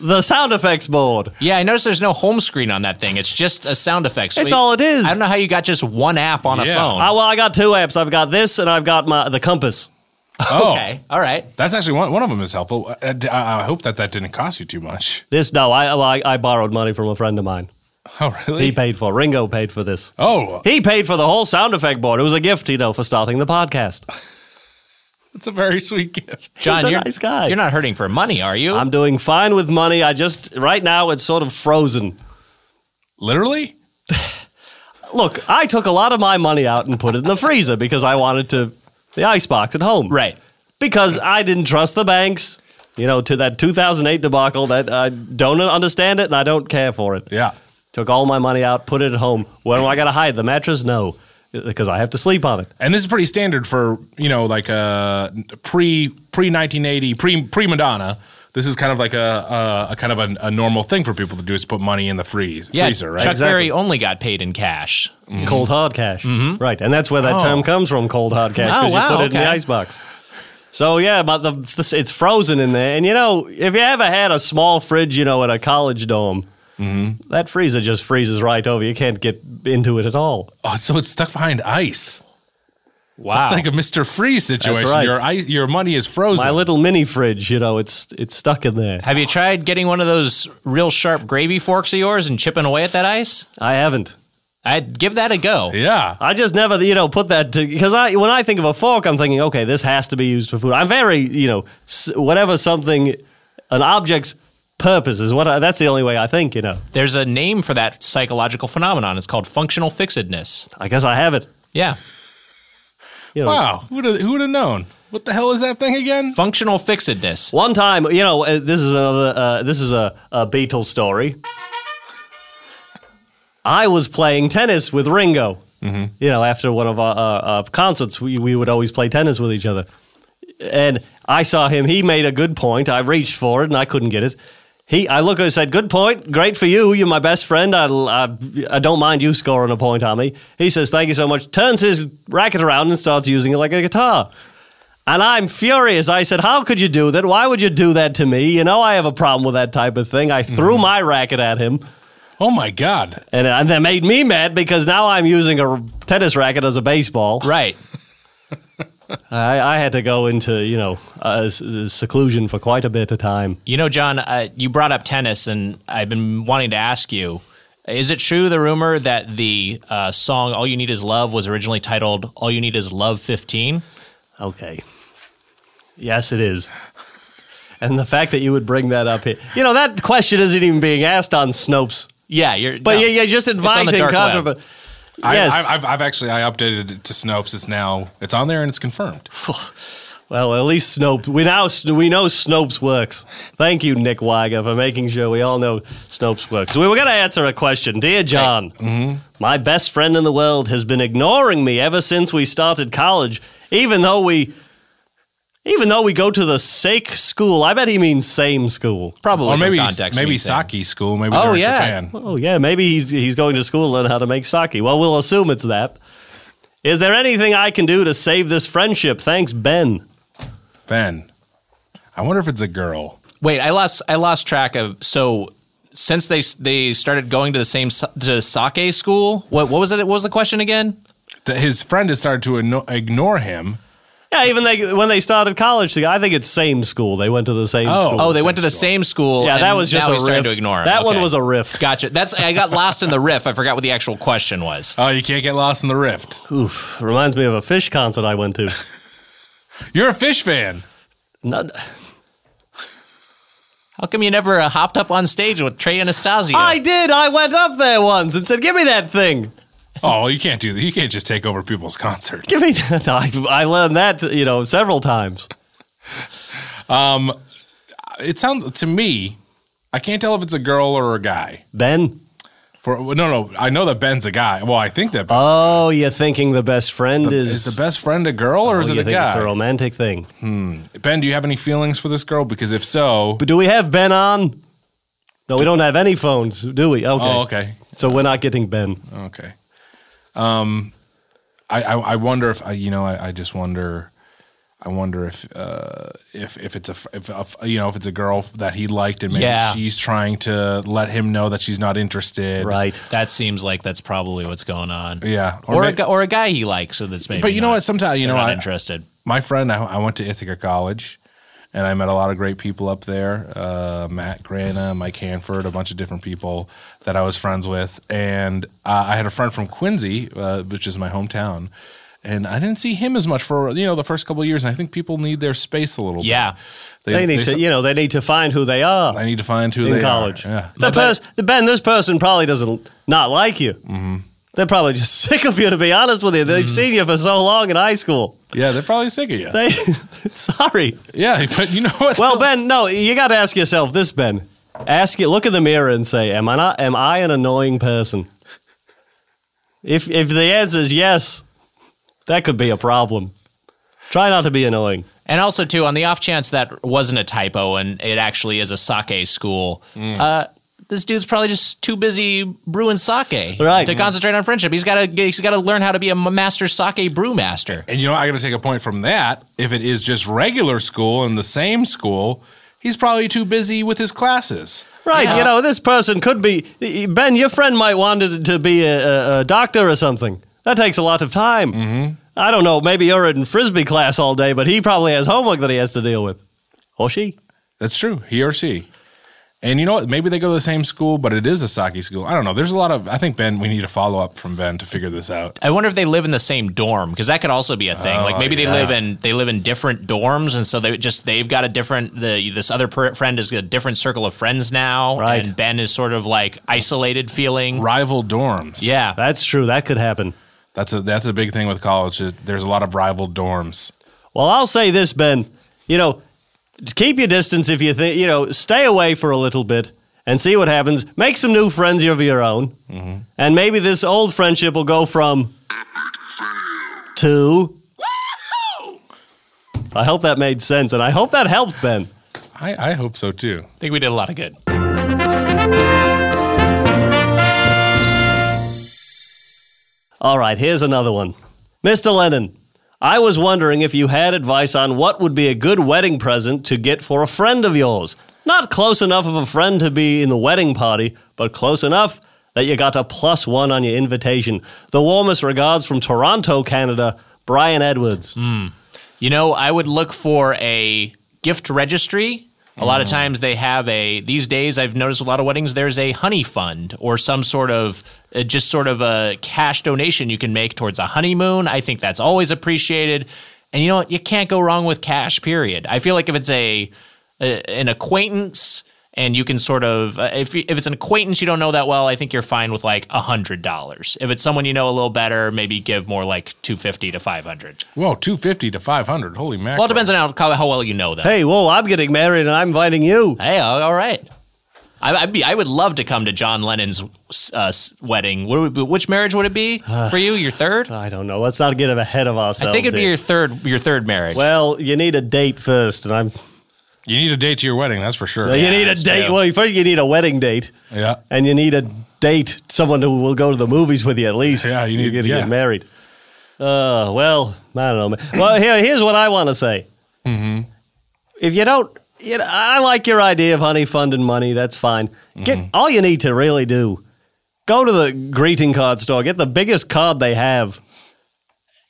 Speaker 1: the sound effects board.
Speaker 3: Yeah, I noticed there's no home screen on that thing. It's just a sound effects.
Speaker 1: It's
Speaker 3: We-
Speaker 1: all it is.
Speaker 3: I don't know how you got just one app on a
Speaker 2: Yeah.
Speaker 3: phone. Oh,
Speaker 1: I, well, I got two apps. I've got this, and I've got my the compass.
Speaker 2: oh,
Speaker 3: okay, all right.
Speaker 2: that's actually one, one of them is helpful. I, I- I hope that that didn't cost you too much.
Speaker 1: This no, I, well, I I borrowed money from a friend of mine.
Speaker 2: Oh really?
Speaker 1: He paid for Ringo paid for this.
Speaker 2: oh,
Speaker 1: He paid for the whole sound effect board. It was a gift, you know, for starting the podcast.
Speaker 2: it's a very sweet gift.
Speaker 3: John,
Speaker 1: a
Speaker 3: you're,
Speaker 1: nice guy.
Speaker 3: You're not hurting for money, are you?
Speaker 1: I'm doing fine with money. I just right now it's sort of frozen.
Speaker 2: Literally.
Speaker 1: Look, I took a lot of my money out and put it in the freezer because I wanted to the icebox at home.
Speaker 3: right.
Speaker 1: Because I didn't trust the banks. You know, to that 2008 debacle that I don't understand it and I don't care for it.
Speaker 2: Yeah.
Speaker 1: Took all my money out, put it at home. Where am I going to hide the mattress? No, because I have to sleep on it.
Speaker 2: And this is pretty standard for you know like uh pre pre nineteen eighty pre pre Madonna. This is kind of like a, a, a kind of a, a normal thing for people to do is put money in the freeze
Speaker 3: Yeah,
Speaker 2: freezer, right?
Speaker 3: Chuck
Speaker 1: Exactly.
Speaker 3: Berry only got paid in cash.
Speaker 1: Cold hard cash. Right, and that's where that term comes from, cold hard cash,
Speaker 3: Mm-hmm. Oh,
Speaker 1: because
Speaker 3: wow,
Speaker 1: you put it in the
Speaker 3: okay.
Speaker 1: icebox. So yeah, but the, this- it's frozen in there, and you know, if you ever had a small fridge, you know, at a college dorm,
Speaker 3: Mm-hmm.
Speaker 1: That freezer just freezes right over. You can't get into it at all.
Speaker 2: Oh, so it's stuck behind ice.
Speaker 3: Wow.
Speaker 2: It's like a Mr. Freeze situation.
Speaker 1: right.
Speaker 2: Your ice, your money is frozen.
Speaker 1: My little mini fridge, you know, it's it's stuck in there.
Speaker 3: Have you tried getting one of those real sharp gravy forks of yours and chipping away at that ice?
Speaker 1: I haven't.
Speaker 3: I'd give that a go.
Speaker 2: yeah.
Speaker 1: I just never, you know, put that to because I when I think of a fork, I'm thinking, okay, this has to be used for food. I'm very, you know, s- whatever something, an object's purpose is what I, that's the only way I think. You know,
Speaker 3: There's a name for that psychological phenomenon. It's called functional fixedness.
Speaker 1: I guess I have it.
Speaker 3: Yeah.
Speaker 1: You know,
Speaker 2: Wow. Who'd have, who'd have known? What the hell is that thing again?
Speaker 3: Functional fixedness.
Speaker 1: One time, you know, uh, this is another. Uh, this is a, a Beatles story. I was playing tennis with Ringo. You know, after one of our, our, our concerts, we, we would always play tennis with each other. And I saw him. He made a good point. I reached for it and I couldn't get it. He, I look and said, "Good point. Great for you. You're my best friend. I, I, I don't mind you scoring a point on me." He says, "Thank you so much." Turns his racket around and starts using it like a guitar. And I'm furious. I said, How could you do that? Why would you do that to me? You know, I have a problem with that type of thing. I threw
Speaker 3: Mm-hmm.
Speaker 1: my racket at him,
Speaker 2: Oh my God.
Speaker 1: and, and that made me mad because now I'm using a r- tennis racket as a baseball.
Speaker 3: Right.
Speaker 1: I, I had to go into, you know, uh, s- s- seclusion for quite a bit of time.
Speaker 3: You know, John, uh, you brought up tennis, and I've been wanting to ask you is it true the rumor that the uh, song All You Need Is Love was originally titled All You Need Is Love 15?
Speaker 1: Okay. Yes, it is. And the fact that you would bring that up here, you know, that question isn't even being asked on Snopes.
Speaker 3: Yeah. You're,
Speaker 1: But
Speaker 3: no.
Speaker 1: yeah, you're just
Speaker 3: the
Speaker 1: inviting
Speaker 3: dark web.
Speaker 1: controversy.
Speaker 2: I,
Speaker 1: Yes.
Speaker 2: I, I've, I've actually I updated it to Snopes. It's now it's on there and it's confirmed.
Speaker 1: Well, at least Snopes. We now we know Snopes works. Thank you, Nick Weiger, for making sure we all know Snopes works. We were going to answer a question, dear John. My best friend in the world has been ignoring me ever since we started college, even though we, even though we go to the sake school. I bet he means same school.
Speaker 3: Probably.
Speaker 2: Or
Speaker 3: for
Speaker 2: maybe
Speaker 3: context,
Speaker 2: maybe
Speaker 3: mean thing.
Speaker 2: Saki school. Maybe
Speaker 3: Oh,
Speaker 2: they're in
Speaker 3: yeah.
Speaker 2: Japan.
Speaker 1: Oh yeah, maybe he's he's going to school to learn how to make sake. Well, we'll assume it's that. Is there anything I can do to save this friendship? Thanks, Ben.
Speaker 2: Ben. I wonder if it's a girl.
Speaker 3: Wait, I lost I lost track of so since they they started going to the same sa- to sake school. What what was it? What was the question again?
Speaker 2: That his friend has started to igno- ignore him.
Speaker 1: Yeah, even they when they started college, I think it's same school. They went to the same
Speaker 2: Oh.
Speaker 1: school.
Speaker 3: Oh, they
Speaker 2: same
Speaker 3: went to the
Speaker 2: school.
Speaker 3: same school.
Speaker 1: yeah,
Speaker 3: and
Speaker 1: that was just a
Speaker 3: now he's
Speaker 1: riff.
Speaker 3: starting to ignore him.
Speaker 1: That one
Speaker 3: Okay.
Speaker 1: was a riff.
Speaker 3: Gotcha. That's I got lost in the riff. I forgot what the actual question was.
Speaker 2: Oh, you can't get lost in the rift.
Speaker 1: Oof, reminds me of a fish concert I went to.
Speaker 2: You're a fish fan.
Speaker 1: Not-
Speaker 3: How come you never uh, hopped up on stage with Trey Anastasio?
Speaker 1: I did. I went up there once and said, "Give me that thing."
Speaker 2: Oh, you can't do that. You can't just take over people's concerts.
Speaker 1: Give me that. I, I learned that, you know, several times.
Speaker 2: It sounds to me, I can't tell if it's a girl or a guy.
Speaker 1: Ben,
Speaker 2: For no, no, I know that Ben's a guy. Well, I think that
Speaker 1: oh, you're thinking the best friend
Speaker 2: is
Speaker 1: is
Speaker 2: the best friend a girl or is
Speaker 1: Oh,
Speaker 2: it
Speaker 1: you
Speaker 2: a
Speaker 1: think It's a
Speaker 2: guy?
Speaker 1: romantic thing.
Speaker 2: Ben, do you have any feelings for this girl? Because if so,
Speaker 1: But do we have Ben on? No, we don't have any phones, do we? Okay.
Speaker 2: oh, okay,
Speaker 1: So we're not getting Ben.
Speaker 2: okay. Um, I, I, I wonder if I, you know, I, I just wonder. I wonder if uh, if if it's a f- if a, f- you know if it's a girl that he liked and maybe
Speaker 3: Yeah.
Speaker 2: she's trying to let him know that she's not interested.
Speaker 1: Right.
Speaker 3: that seems like that's probably what's going on.
Speaker 2: Yeah.
Speaker 3: Or, a,
Speaker 2: may-
Speaker 3: gu- or a guy he likes, so that's maybe.
Speaker 2: But you know
Speaker 3: not-
Speaker 2: what? Sometimes you
Speaker 3: they're
Speaker 2: know
Speaker 3: not
Speaker 2: I,
Speaker 3: interested.
Speaker 2: my friend. I, I went to Ithaca College, and I met a lot of great people up there. Uh, Matt Grana, Mike Hanford, a bunch of different people that I was friends with, and uh, I had a friend from Quincy, uh, which is my hometown. And I didn't see him as much for you know the first couple of years. And I think people need their space a little.
Speaker 3: Yeah.
Speaker 2: bit.
Speaker 1: They need to, you know, they need to find who they are.
Speaker 2: I need to find who
Speaker 1: in
Speaker 2: they
Speaker 1: college.
Speaker 2: Are. Yeah.
Speaker 1: The person, Ben, this person probably doesn't not like you.
Speaker 2: Mm-hmm.
Speaker 1: They're probably just sick of you, to be honest with you. They've seen you for so long in high school.
Speaker 2: yeah, they're probably sick of you.
Speaker 1: They, sorry.
Speaker 2: yeah, but you know what?
Speaker 1: Well, Ben, no, you got to ask yourself this, Ben. Ask you, look in the mirror and say, "Am I not? Am I an annoying person?" If if the answer is yes, that could be a problem. Try not to be annoying.
Speaker 3: And also, too, on the off chance that wasn't a typo and it actually is a sake school,
Speaker 2: Mm.
Speaker 3: uh, this dude's probably just too busy brewing sake
Speaker 1: Right.
Speaker 3: to concentrate on friendship. He's got to he's got to learn how to be a master sake brewmaster.
Speaker 2: And you know, I got to take a point from that. If it is just regular school and the same school, He's probably too busy with his classes.
Speaker 1: Right,
Speaker 3: Yeah.
Speaker 1: you know, this person could be Ben. Your friend might want it to be a, a, a doctor or something. That takes a lot of time. Mm-hmm. I don't know. Maybe you're in frisbee class all day, but he probably has homework that he has to deal with, or she.
Speaker 2: That's true. He or she. And you know what? Maybe they go to the same school, but it is a Saki school. I don't know. There's a lot of. I think Ben. We need a follow up from Ben to figure this out.
Speaker 3: I wonder if they live in the same dorm because that could also be a thing. like maybe they live in they live in different dorms, and so they just they've got a different the this other per- friend is a different circle of friends now,
Speaker 1: Right.
Speaker 3: And Ben is sort of like isolated feeling.
Speaker 2: Rival dorms.
Speaker 3: Yeah,
Speaker 1: That's true. That could happen.
Speaker 2: that's a that's a big thing with college. Is there's a lot of rival dorms.
Speaker 1: Well, I'll say this, Ben. You know, keep your distance if you think. You know, stay away for a little bit and see what happens. Make some new friends of your own, and maybe this old friendship will go from to. I hope that made sense, and I hope that helped, Ben.
Speaker 2: I, I hope so too.
Speaker 3: I think we did a lot of good.
Speaker 1: All right, here's another one. Mr. Lennon, I was wondering if you had advice on what would be a good wedding present to get for a friend of yours. Not close enough of a friend to be in the wedding party, but close enough that you got a plus one on your invitation. The warmest regards from Toronto, Canada, Brian Edwards.
Speaker 3: You know, I would look for a gift registry. A lot of times they have a these days I've noticed a lot of weddings there's a honey fund or some sort of uh, just sort of a cash donation you can make towards a honeymoon. I think that's always appreciated. And you know what? You can't go wrong with cash period. I feel like if it's a, a an acquaintance and you can sort of uh, if you- if it's an acquaintance you don't know that well, I think you're fine with like $100. If it's someone you know a little better, maybe give more like 250 to 500.
Speaker 2: Whoa, two fifty to five hundred. Holy mackerel!
Speaker 3: Well, it depends on how, how- how well you know them. Hey,
Speaker 1: Hey, whoa, I'm getting married and I'm inviting you.
Speaker 3: all all right. I, I'd be, I would love to come to John Lennon's uh, s- wedding. What would, which marriage would it be
Speaker 1: Uh,
Speaker 3: for you? Your third?
Speaker 1: I
Speaker 3: I
Speaker 1: don't know. Let's not get ahead of ourselves.
Speaker 3: think it'd be
Speaker 1: here.
Speaker 3: your third. Your third marriage.
Speaker 1: Well, you need a date first, and I'm.
Speaker 2: You need a date to your wedding. That's for sure.
Speaker 1: you need a
Speaker 3: that's
Speaker 1: date.
Speaker 3: true.
Speaker 1: Well, first you need a wedding date.
Speaker 2: Yeah.
Speaker 1: and you need a date, someone who will go to the movies with you at least.
Speaker 2: Yeah, you
Speaker 1: You're
Speaker 2: need-
Speaker 1: gonna
Speaker 2: yeah.
Speaker 1: get married. Uh, well, I don't know. man. Well, here, here's what I want to say.
Speaker 2: Mm-hmm.
Speaker 1: If you don't, you know, I like your idea of honey fund and money. That's fine. Get
Speaker 2: Mm-hmm.
Speaker 1: all you need to really do. Go to the greeting card store. Get the biggest card they have.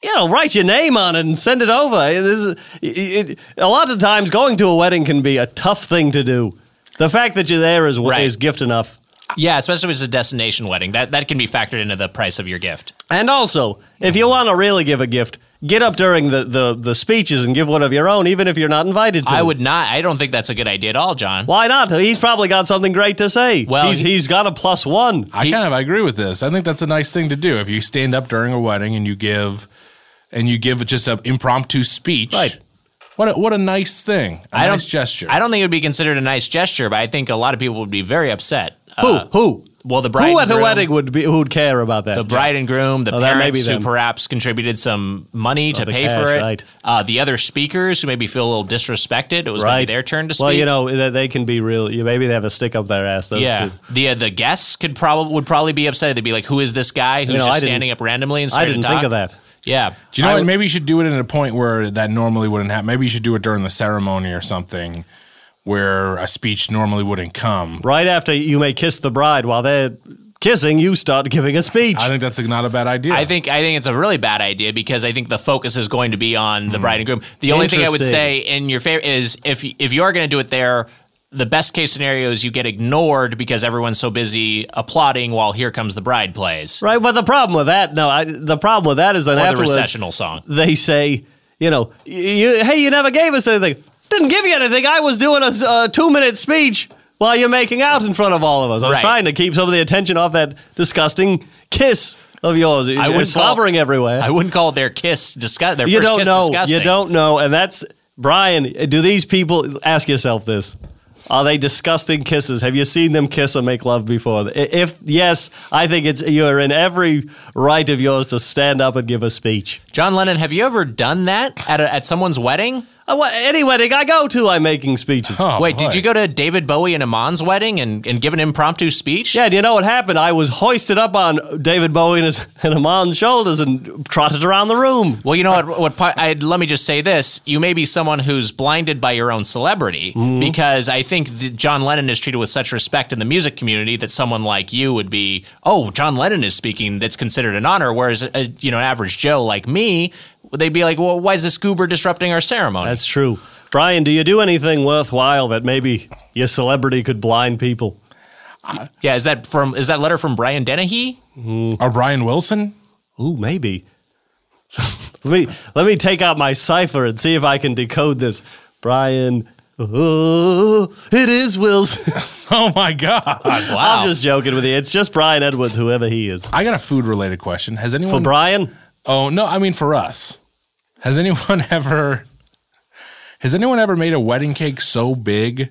Speaker 1: You know, write your name on it and send it over. This is, it, it- a lot of times, going to a wedding can be a tough thing to do. The fact that you're there is,
Speaker 3: Right.
Speaker 1: is gift enough.
Speaker 3: yeah, especially if it's a destination wedding. That that can be factored into the price of your gift.
Speaker 1: And also, if you want to really give a gift, get up during the, the, the speeches and give one of your own, even if you're not invited to.
Speaker 3: I would not. I don't think that's a good idea at all, John.
Speaker 1: Why not? He's probably got something great to say.
Speaker 3: Well,
Speaker 1: he's,
Speaker 3: he-
Speaker 1: he's got a plus one.
Speaker 2: I kind of I agree with this. I think that's a nice thing to do. If you stand up during a wedding and you give, and you give just an impromptu speech,
Speaker 1: Right.
Speaker 2: What a, what a nice thing. A
Speaker 3: I don't
Speaker 2: nice gesture.
Speaker 3: I don't think it would be considered a nice gesture, but I think a lot of people would be very upset.
Speaker 1: Who?
Speaker 3: Uh,
Speaker 1: who?
Speaker 3: Well, the bride
Speaker 1: Who
Speaker 3: and
Speaker 1: at a
Speaker 3: groom-
Speaker 1: wedding would be who'd care about that?
Speaker 3: the bride and groom, the
Speaker 1: Oh, that may
Speaker 3: parents
Speaker 1: be
Speaker 3: who
Speaker 1: them. Oh,
Speaker 3: perhaps contributed some money to
Speaker 1: the
Speaker 3: pay
Speaker 1: cash,
Speaker 3: for it,
Speaker 1: right.
Speaker 3: uh, the other speakers who maybe feel a little disrespected. It was
Speaker 1: right?
Speaker 3: maybe their turn to speak.
Speaker 1: Well, you know they, they can be real. You maybe they have a stick up their ass. Those
Speaker 3: yeah,
Speaker 1: two.
Speaker 3: the uh, the guests could probably would probably be upset. They'd be like, "Who is this guy who's
Speaker 1: know, I
Speaker 3: just
Speaker 1: didn't-
Speaker 3: standing up randomly and
Speaker 1: I
Speaker 3: starting
Speaker 1: didn't
Speaker 3: to talk?"
Speaker 1: think of that.
Speaker 3: Yeah,
Speaker 2: Do you know
Speaker 3: I
Speaker 2: what?
Speaker 3: would-
Speaker 2: Maybe you should do it at a point where that normally wouldn't happen. Maybe you should do it during the ceremony or something where a speech normally wouldn't come.
Speaker 1: Right after you may kiss the bride while they're kissing, you start giving a speech.
Speaker 2: I think that's not a bad idea.
Speaker 3: I think I think it's a really bad idea because I think the focus is going to be on the bride and groom. The only thing I would
Speaker 1: Hmm. Interesting.
Speaker 3: say in your favor is if y- if you are going to do it there, the best case scenario is you get ignored because everyone's so busy applauding while "Here Comes the Bride" plays.
Speaker 1: Right, but the problem with that, no, I, the problem with that is then
Speaker 3: Or the
Speaker 1: afterwards,
Speaker 3: recessional song.
Speaker 1: they say, you know, y- you, hey, you never gave us anything. Didn't give you anything. I was doing a s- a two-minute speech while you're making out in front of all of us. I was
Speaker 3: Right.
Speaker 1: trying to keep some of the attention off that disgusting kiss of yours. I
Speaker 3: wouldn't
Speaker 1: was slobbering
Speaker 3: call-
Speaker 1: everywhere.
Speaker 3: I wouldn't call their kiss disgust. Their
Speaker 1: you
Speaker 3: first
Speaker 1: don't
Speaker 3: kiss
Speaker 1: know.
Speaker 3: disgusting.
Speaker 1: You don't know, and that's Brian. Do these people ask yourself this? Are they disgusting kisses? Have you seen them kiss or make love before? I- If yes, I think it's you're in every right of yours to stand up and give a speech.
Speaker 3: John Lennon, have you ever done that at a, at someone's wedding?
Speaker 1: Uh, what- Any wedding I go to, I'm making speeches.
Speaker 2: Oh,
Speaker 3: Wait,
Speaker 2: boy.
Speaker 3: did you go to David Bowie and Iman's wedding and, and give an impromptu speech?
Speaker 1: Yeah, do you know what happened? I was hoisted up on David Bowie and, his, and Amon's shoulders and trotted around the room.
Speaker 3: Well, you know what? What part, i let me just say this: you may be someone who's blinded by your own celebrity,
Speaker 1: Mm-hmm.
Speaker 3: because I think that John Lennon is treated with such respect in the music community that someone like you would be, oh, John Lennon is speaking. That's considered an honor. Whereas, a, you know, an average Joe like me, they'd be like, well, why is this goober disrupting our ceremony?
Speaker 1: That's true. Brian, do you do anything worthwhile that maybe your celebrity could blind people?
Speaker 3: yeah, is that from? Is that letter from Brian Dennehy?
Speaker 2: Or Brian Wilson?
Speaker 1: Ooh, maybe. let me let me take out my cipher and see if I can decode this. Brian, oh, it is Wilson.
Speaker 2: Oh my god!
Speaker 3: Wow.
Speaker 1: I'm just joking with you. It's just Brian Edwards, whoever he is.
Speaker 2: I got a food related question. Has anyone?
Speaker 1: For Brian,
Speaker 2: oh no, I mean for us. Has anyone ever? Has anyone ever made a wedding cake so big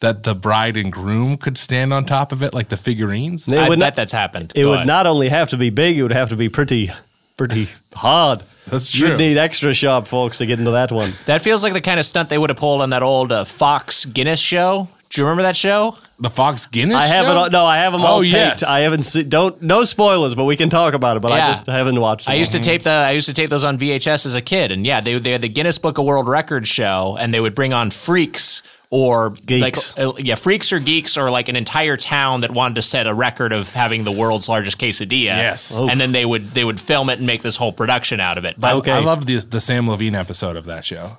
Speaker 2: that the bride and groom could stand on top of it like the figurines?
Speaker 1: it
Speaker 3: I
Speaker 1: would
Speaker 3: bet
Speaker 1: not,
Speaker 3: that's happened.
Speaker 1: it
Speaker 3: Go
Speaker 1: would
Speaker 3: on.
Speaker 1: not only have to be big, it would have to be pretty pretty hard.
Speaker 2: That's true.
Speaker 1: You'd need extra sharp forks to get into that one.
Speaker 3: That feels like the kind of stunt they would have pulled on that old uh, Fox Guinness show. Do you remember that show?
Speaker 2: the Fox Guinness.
Speaker 1: I have
Speaker 2: show?
Speaker 1: it. All, no, I have them all
Speaker 2: Oh,
Speaker 1: taped.
Speaker 2: yes.
Speaker 1: I haven't seen. Don't no spoilers, but we can talk about it. But I
Speaker 3: Yeah.
Speaker 1: just haven't watched. Them
Speaker 3: I used to tape the I used to tape those on VHS as a kid, and yeah, they they had the Guinness Book of World Records show, and they would bring on freaks or
Speaker 1: Geeks.
Speaker 3: like uh, yeah, freaks or geeks or like an entire town that wanted to set a record of having the world's largest quesadilla.
Speaker 2: Yes.
Speaker 3: and then they would they would film it and make this whole production out of it.
Speaker 2: I,
Speaker 3: But
Speaker 1: Okay.
Speaker 2: I love the the Sam Levine episode of that show.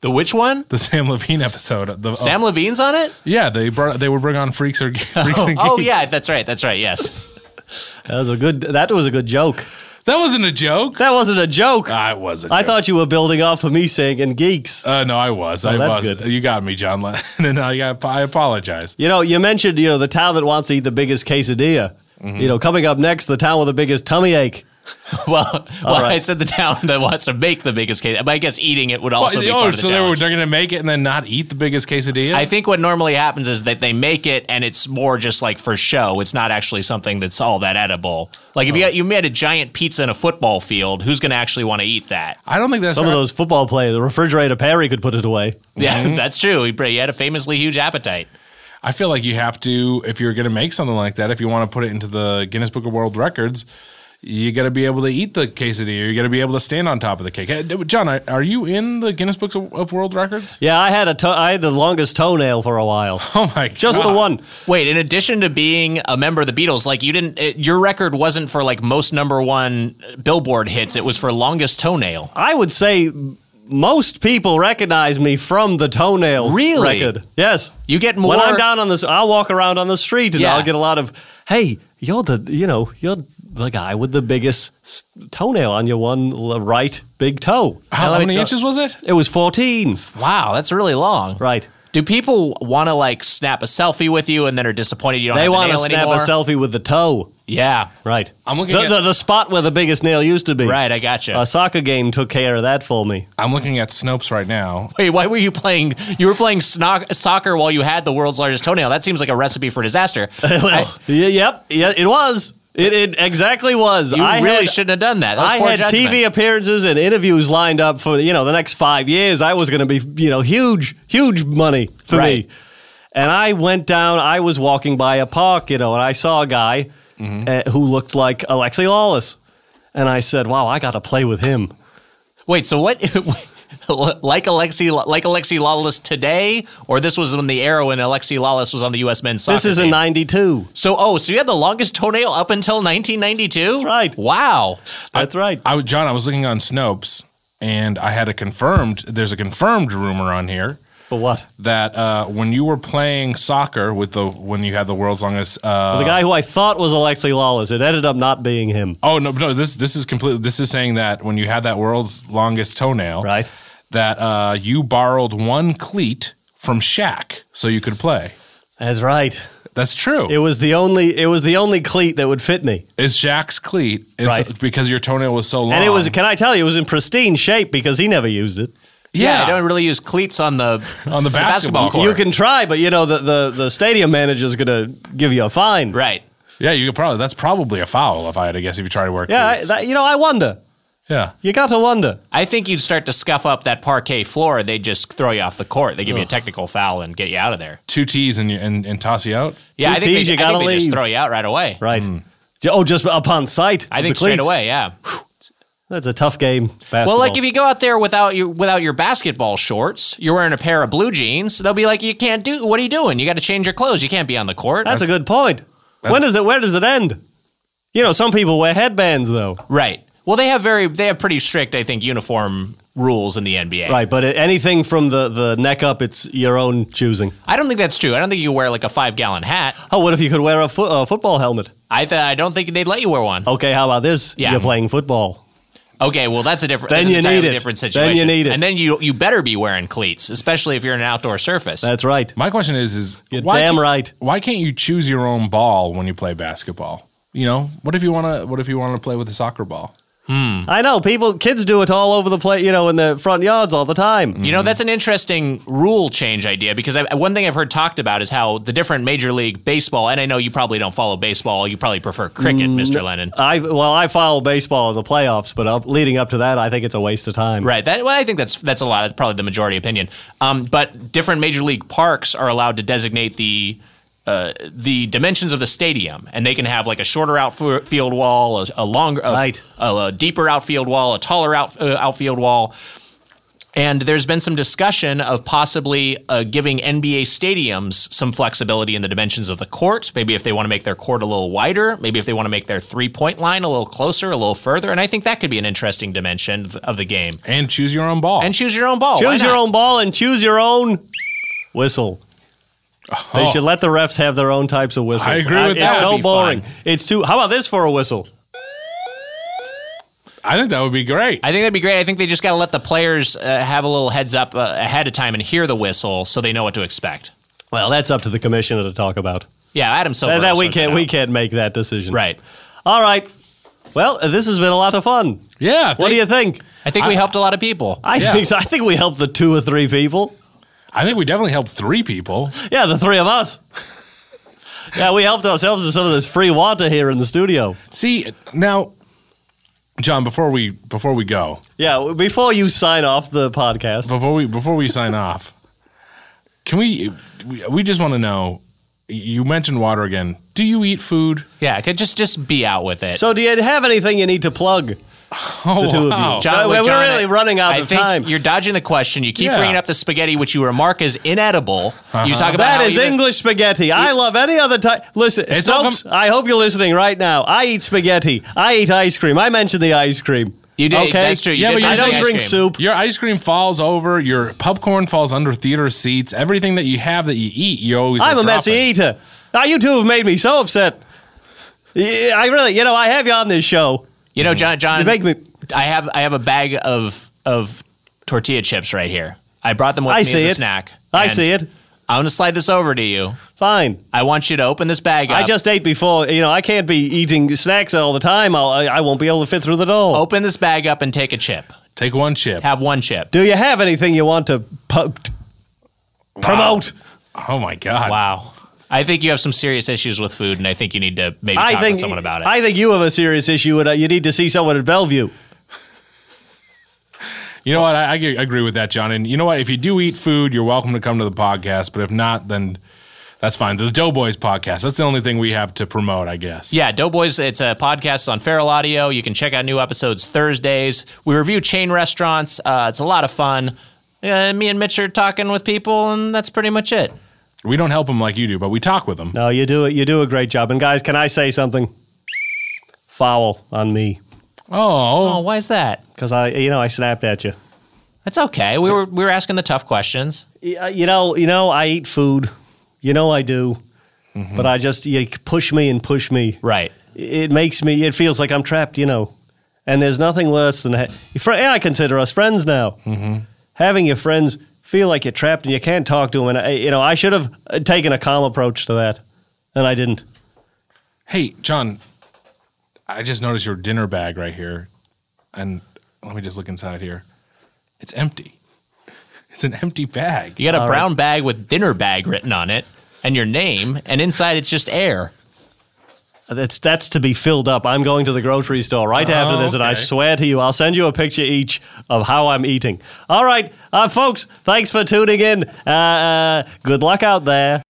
Speaker 3: the which one?
Speaker 2: The Sam Levine episode. Of the,
Speaker 3: Sam Levine's on it.
Speaker 2: yeah, they brought they would bring on freaks or freaks and
Speaker 3: Oh
Speaker 2: geeks.
Speaker 3: yeah, that's right, that's right. Yes,
Speaker 1: that was a good. That was a good joke.
Speaker 2: that wasn't a joke.
Speaker 1: That wasn't a joke.
Speaker 2: I wasn't.
Speaker 1: I thought you were building off of me saying and geeks.
Speaker 2: Ah, Uh, no, I was.
Speaker 3: Oh,
Speaker 2: I
Speaker 1: that's
Speaker 2: was.
Speaker 1: good.
Speaker 2: You got me, John Lennon. I, got, I apologize.
Speaker 1: You know, you mentioned you know the town that wants to eat the biggest quesadilla.
Speaker 2: Mm-hmm.
Speaker 1: You know, coming up next, the town with the biggest tummy ache.
Speaker 3: well, well,
Speaker 1: right.
Speaker 3: I said the town that wants to make the biggest case, but I guess eating it would
Speaker 2: Oh,
Speaker 3: also be
Speaker 2: oh,
Speaker 3: part of the
Speaker 2: so they
Speaker 3: challenge.
Speaker 2: were, they're going to make it and then not eat the biggest quesadilla?
Speaker 3: I think what normally happens is that they make it and it's more just like for show. It's not actually something that's all that edible. Like if you got, you made a giant pizza in a football field, who's going to actually want to eat that?
Speaker 2: I don't think that's
Speaker 1: Some of
Speaker 2: how-
Speaker 1: those football players, the refrigerator Perry could put it away.
Speaker 3: Yeah, that's true. He, he had a famously huge appetite.
Speaker 2: I feel like you have to, if you're going to make something like that, if you want to put it into the Guinness Book of World Records, you got to be able to eat the quesadilla. You got to be able to stand on top of the cake. Eh, John, are are you in the Guinness Book of of World Records?
Speaker 1: Yeah, I had a to- I had the longest toenail for a while.
Speaker 2: Oh my
Speaker 1: Just
Speaker 2: God.
Speaker 1: the one.
Speaker 3: Wait, in addition to being a member of the Beatles, like you didn't, it, your record wasn't for like most number one uh, Billboard hits. It was for longest toenail.
Speaker 1: I would say most people recognize me from the toenail
Speaker 3: Really?
Speaker 1: record. Yes.
Speaker 3: You get
Speaker 1: When I'm
Speaker 3: more-
Speaker 1: down on this, I'll walk around on the street and
Speaker 3: Yeah.
Speaker 1: I'll get a lot of, hey, you're the, you know, you're the guy with the biggest s- toenail on your one l- right big toe.
Speaker 2: How,
Speaker 3: Now let
Speaker 2: how
Speaker 3: me
Speaker 2: many
Speaker 3: go-
Speaker 2: inches was it?
Speaker 1: It was 14.
Speaker 3: Wow, that's really long.
Speaker 1: Right.
Speaker 3: Do people want to like snap a selfie with you and then are disappointed you don't?
Speaker 1: They
Speaker 3: want to
Speaker 1: snap a selfie with the toe.
Speaker 3: Yeah.
Speaker 1: Right.
Speaker 2: I'm looking
Speaker 1: the,
Speaker 2: at-
Speaker 1: the, the spot where the biggest nail used to be.
Speaker 3: Right, I gotcha.
Speaker 1: A soccer game took care of that for me.
Speaker 2: I'm looking at Snopes right now.
Speaker 3: Wait, why were you playing? You were playing snoc- soccer while you had the world's largest toenail. That seems like a recipe for disaster. I-
Speaker 1: Y- yep. Oh. Yeah, it was. It, it exactly was.
Speaker 3: you
Speaker 1: I
Speaker 3: really
Speaker 1: had,
Speaker 3: shouldn't have done that. that was
Speaker 1: I
Speaker 3: poor
Speaker 1: had
Speaker 3: judgment.
Speaker 1: TV appearances and interviews lined up for you know the next five years. I was going to be you know huge, huge money for
Speaker 3: Right.
Speaker 1: me. And I went down. I was walking by a park, you know, and I saw a guy
Speaker 3: Mm-hmm.
Speaker 1: uh, who looked like Alexi Lawless, and I said, "Wow, I got to play with him."
Speaker 3: Wait, so what? like Alexi, like Alexi Lawless today, or this was on the era when Alexi Lawless was on the U.S. men's soccer.
Speaker 1: This is in
Speaker 3: team.
Speaker 1: '92.
Speaker 3: So, oh, so you had the longest toenail up until 1992. That's
Speaker 1: right.
Speaker 3: Wow.
Speaker 1: That's right.
Speaker 2: I was John. I was looking on Snopes, and I had a confirmed. There's a confirmed rumor on here
Speaker 1: For what?
Speaker 2: that uh, when you were playing soccer with the when you had the world's longest. Uh,
Speaker 1: The guy who I thought was Alexi Lawless. It ended up not being him.
Speaker 2: oh no, no. This this is completely. This is saying that when you had that world's longest toenail,
Speaker 1: Right.
Speaker 2: That uh, you borrowed one cleat from Shaq so you could play.
Speaker 1: That's right.
Speaker 2: That's true.
Speaker 1: It was the only. It was the only cleat that would fit me.
Speaker 2: it's Shaq's cleat, it's
Speaker 1: Right.
Speaker 2: Because your toenail was so long,
Speaker 1: And it was, can I tell you, it was in pristine shape because he never used it.
Speaker 2: yeah.
Speaker 3: I don't really use cleats on the
Speaker 2: on the basketball,
Speaker 3: basketball
Speaker 2: court.
Speaker 1: You can try, but you know, the, the, the stadium manager's going to give you a fine.
Speaker 3: right.
Speaker 2: yeah, you could probably. That's probably a foul if I had to guess. If you try to wear
Speaker 1: Yeah, I,
Speaker 2: cleats.
Speaker 1: that, you know, I wonder.
Speaker 2: Yeah.
Speaker 1: You got to wonder.
Speaker 3: I think you'd start to scuff up that parquet floor. They would just throw you off the court. They give you a technical foul and get you out of there.
Speaker 2: Two T's and, you- and, and toss you out.
Speaker 3: Yeah,
Speaker 1: Two
Speaker 3: I think,
Speaker 1: Ts,
Speaker 3: they,
Speaker 1: you
Speaker 3: I
Speaker 1: gotta
Speaker 3: think they
Speaker 1: leave.
Speaker 3: just throw you out right away.
Speaker 1: Right. Oh, just upon sight.
Speaker 3: Hmm. I
Speaker 1: of
Speaker 3: think
Speaker 1: the
Speaker 3: straight
Speaker 1: cleats.
Speaker 3: away. Yeah.
Speaker 1: That's a tough game.
Speaker 3: Well, like if
Speaker 1: basketball.
Speaker 3: you go out there without your without your basketball shorts, you're wearing a pair of blue jeans. They'll be like, "You can't do. What are you doing? You got to change your clothes. You can't be on the court."
Speaker 1: that's, a good point. When does it? Where does it end? You know, some people wear headbands though.
Speaker 3: right. Well, they have very they have pretty strict, I think, uniform rules in the NBA.
Speaker 1: Right, but anything from the, the neck up, it's your own choosing.
Speaker 3: I don't think that's true. I don't think you wear like a five gallon hat.
Speaker 1: Oh, what if you could wear a, fo- a football helmet?
Speaker 3: I th- I don't think they'd let you wear one.
Speaker 1: Okay, how about this?
Speaker 3: Yeah.
Speaker 1: You're playing football.
Speaker 3: Okay, well that's a different.
Speaker 1: Then
Speaker 3: that's
Speaker 1: you
Speaker 3: an entirely
Speaker 1: need it.
Speaker 3: different
Speaker 1: Then you
Speaker 3: situation.
Speaker 1: need it.
Speaker 3: And then you you better be wearing cleats, especially if you're in an outdoor surface.
Speaker 1: That's right.
Speaker 2: My question is, is
Speaker 1: You're damn
Speaker 2: can't-
Speaker 1: right.
Speaker 2: Why can't you choose your own ball when you play basketball? You know, what if you want to? What if you want to play with a soccer ball?
Speaker 3: Mm.
Speaker 1: I know people, kids do it all over the place. You know, in the front yards all the time.
Speaker 3: You know, that's an interesting rule change idea because I, one thing I've heard talked about is how the different Major League Baseball, and I know you probably don't follow baseball, you probably prefer cricket,
Speaker 1: Mm,
Speaker 3: Mr. Lennon.
Speaker 1: I well, I follow baseball in the playoffs, but up, leading up to that, I think it's a waste of time.
Speaker 3: Right. That, well, I think that's that's a lot. Of, probably the majority opinion. Um, but different major league parks are allowed to designate the uh, the dimensions of the stadium, and they can have like a shorter outfield wall, a, a longer, a,
Speaker 1: Right.
Speaker 3: a, a deeper outfield wall, a taller out, uh, outfield wall. And there's been some discussion of possibly uh, giving NBA stadiums some flexibility in the dimensions of the court. Maybe if they want to make their court a little wider, maybe if they want to make their three point line a little closer, a little further. And I think that could be an interesting dimension of- of the game
Speaker 2: And choose your own ball.
Speaker 3: and choose your own ball. Why
Speaker 1: Choose your
Speaker 3: not?
Speaker 1: own ball and choose your own whistle. They
Speaker 3: Oh.
Speaker 1: should let the refs have their own types of whistles.
Speaker 2: I agree with
Speaker 1: It's
Speaker 2: that.
Speaker 1: so
Speaker 3: That'd be fun.
Speaker 1: boring. It's too. How about this for a whistle?
Speaker 2: I think that would be great.
Speaker 3: I think that'd be great. I think they just got to let the players uh, have a little heads up uh, ahead of time and hear the whistle so they know what to expect.
Speaker 1: Well, that's up to the commissioner to talk about.
Speaker 3: Yeah, Adam Silver.
Speaker 1: That, that
Speaker 3: also
Speaker 1: we
Speaker 3: did
Speaker 1: can't.
Speaker 3: that.
Speaker 1: We can't make that decision.
Speaker 3: Right.
Speaker 1: All right. Well, this has been a lot of fun.
Speaker 2: yeah.
Speaker 1: What do you think?
Speaker 3: I think we helped a lot of people.
Speaker 1: I
Speaker 2: Yeah.
Speaker 1: think so. I think we helped the two or three people.
Speaker 2: I think we definitely helped three people.
Speaker 1: Yeah, the three of us. yeah, we helped ourselves with some of this free water here in the studio.
Speaker 2: See now, John. Before we before we go,
Speaker 1: Yeah, w- before you sign off the podcast,
Speaker 2: before we before we sign off, can we? We, we just want to know. You mentioned water again. Do you eat food?
Speaker 3: Yeah, I could just just be out with it.
Speaker 1: so do you have anything you need to plug?
Speaker 2: Oh,
Speaker 1: two of you.
Speaker 2: wow.
Speaker 1: No,
Speaker 3: wait,
Speaker 1: we're really running out
Speaker 3: I
Speaker 1: of
Speaker 3: think
Speaker 1: time.
Speaker 3: You're dodging the question. You keep
Speaker 2: Yeah.
Speaker 3: bringing up the spaghetti, which you remark is inedible. You talk about
Speaker 1: Uh-huh. That
Speaker 3: how
Speaker 1: is
Speaker 3: even-
Speaker 1: English spaghetti. I love any other type. Listen,
Speaker 2: It's all
Speaker 1: Snopes, I hope you're listening right now. I eat spaghetti. I eat ice cream. I mentioned the ice cream.
Speaker 3: You did.
Speaker 1: Okay?
Speaker 3: That's true. You
Speaker 2: Yeah,
Speaker 3: did
Speaker 2: but you're
Speaker 1: I
Speaker 3: mention
Speaker 1: don't
Speaker 3: ice
Speaker 1: drink
Speaker 3: cream.
Speaker 1: soup.
Speaker 2: Your ice cream falls over. Your popcorn falls under theater seats. Everything that you have that you eat, you always.
Speaker 1: I'm
Speaker 2: are
Speaker 1: a messy
Speaker 2: dropping.
Speaker 1: eater. Now, you two have made me so upset. Yeah, I really, you know, I have you on this show.
Speaker 3: You know, John. John,
Speaker 1: You make me-
Speaker 3: I have I have a bag of of tortilla chips right here. I brought them with
Speaker 1: I
Speaker 3: me
Speaker 1: see
Speaker 3: as a
Speaker 1: it.
Speaker 3: snack.
Speaker 1: I
Speaker 3: And
Speaker 1: see it.
Speaker 3: I'm gonna slide this over to you.
Speaker 1: Fine.
Speaker 3: I want you to open this bag up.
Speaker 1: I just ate before. You know, I can't be eating snacks all the time. I'll, I, I won't be able to fit through the door.
Speaker 3: open this bag up and take a chip.
Speaker 2: Take one chip.
Speaker 3: Have one chip.
Speaker 1: Do you have anything you want to pu- t- promote?
Speaker 2: Oh my god.
Speaker 3: Wow. I think you have some serious issues with food, and I think you need to maybe
Speaker 1: I
Speaker 3: talk
Speaker 1: think
Speaker 3: with someone about it.
Speaker 1: I think you have a serious issue, and uh, you need to see someone at Bellevue.
Speaker 2: You know what? I, I g- agree with that, John. And you know what? If you do eat food, you're welcome to come to the podcast. But if not, then that's fine. The Doughboys podcast. That's the only thing we have to promote, I guess.
Speaker 3: Yeah, Doughboys, it's a podcast on Feral Audio. You can check out new episodes Thursdays. We review chain restaurants. Uh, it's a lot of fun. Uh, me and Mitch are talking with people, and that's pretty much it.
Speaker 2: We don't help them like you do, but we talk with them.
Speaker 1: No, you do it. You do a great job. And guys, can I say something? Foul on me
Speaker 3: Oh,
Speaker 2: Oh,
Speaker 3: why is that?
Speaker 1: because I, you know, I snapped at you.
Speaker 3: That's okay. We were we were asking the tough questions.
Speaker 1: Y- uh, You know, you know, I eat food. You know, I do.
Speaker 3: Mm-hmm.
Speaker 1: But I just you push me and push me.
Speaker 3: Right.
Speaker 1: it makes me it feels like i'm trapped you know and there's nothing worse than ha- fr- i consider us friends now having your friends feel like you're trapped and you can't talk to them and I, you know i should have uh, taken a calm approach to that and i didn't
Speaker 2: hey, John. I just noticed your dinner bag right here, and let me just look inside here. It's empty. It's an empty bag.
Speaker 3: You got a brown bag with dinner bag written on it and your name, and inside it's just air.
Speaker 1: That's that's to be filled up. I'm going to the grocery store right after this, and I
Speaker 2: okay.
Speaker 1: swear to you, I'll send you a picture each of how I'm eating. All right, uh, folks, thanks for tuning in. Uh, uh, good luck out there.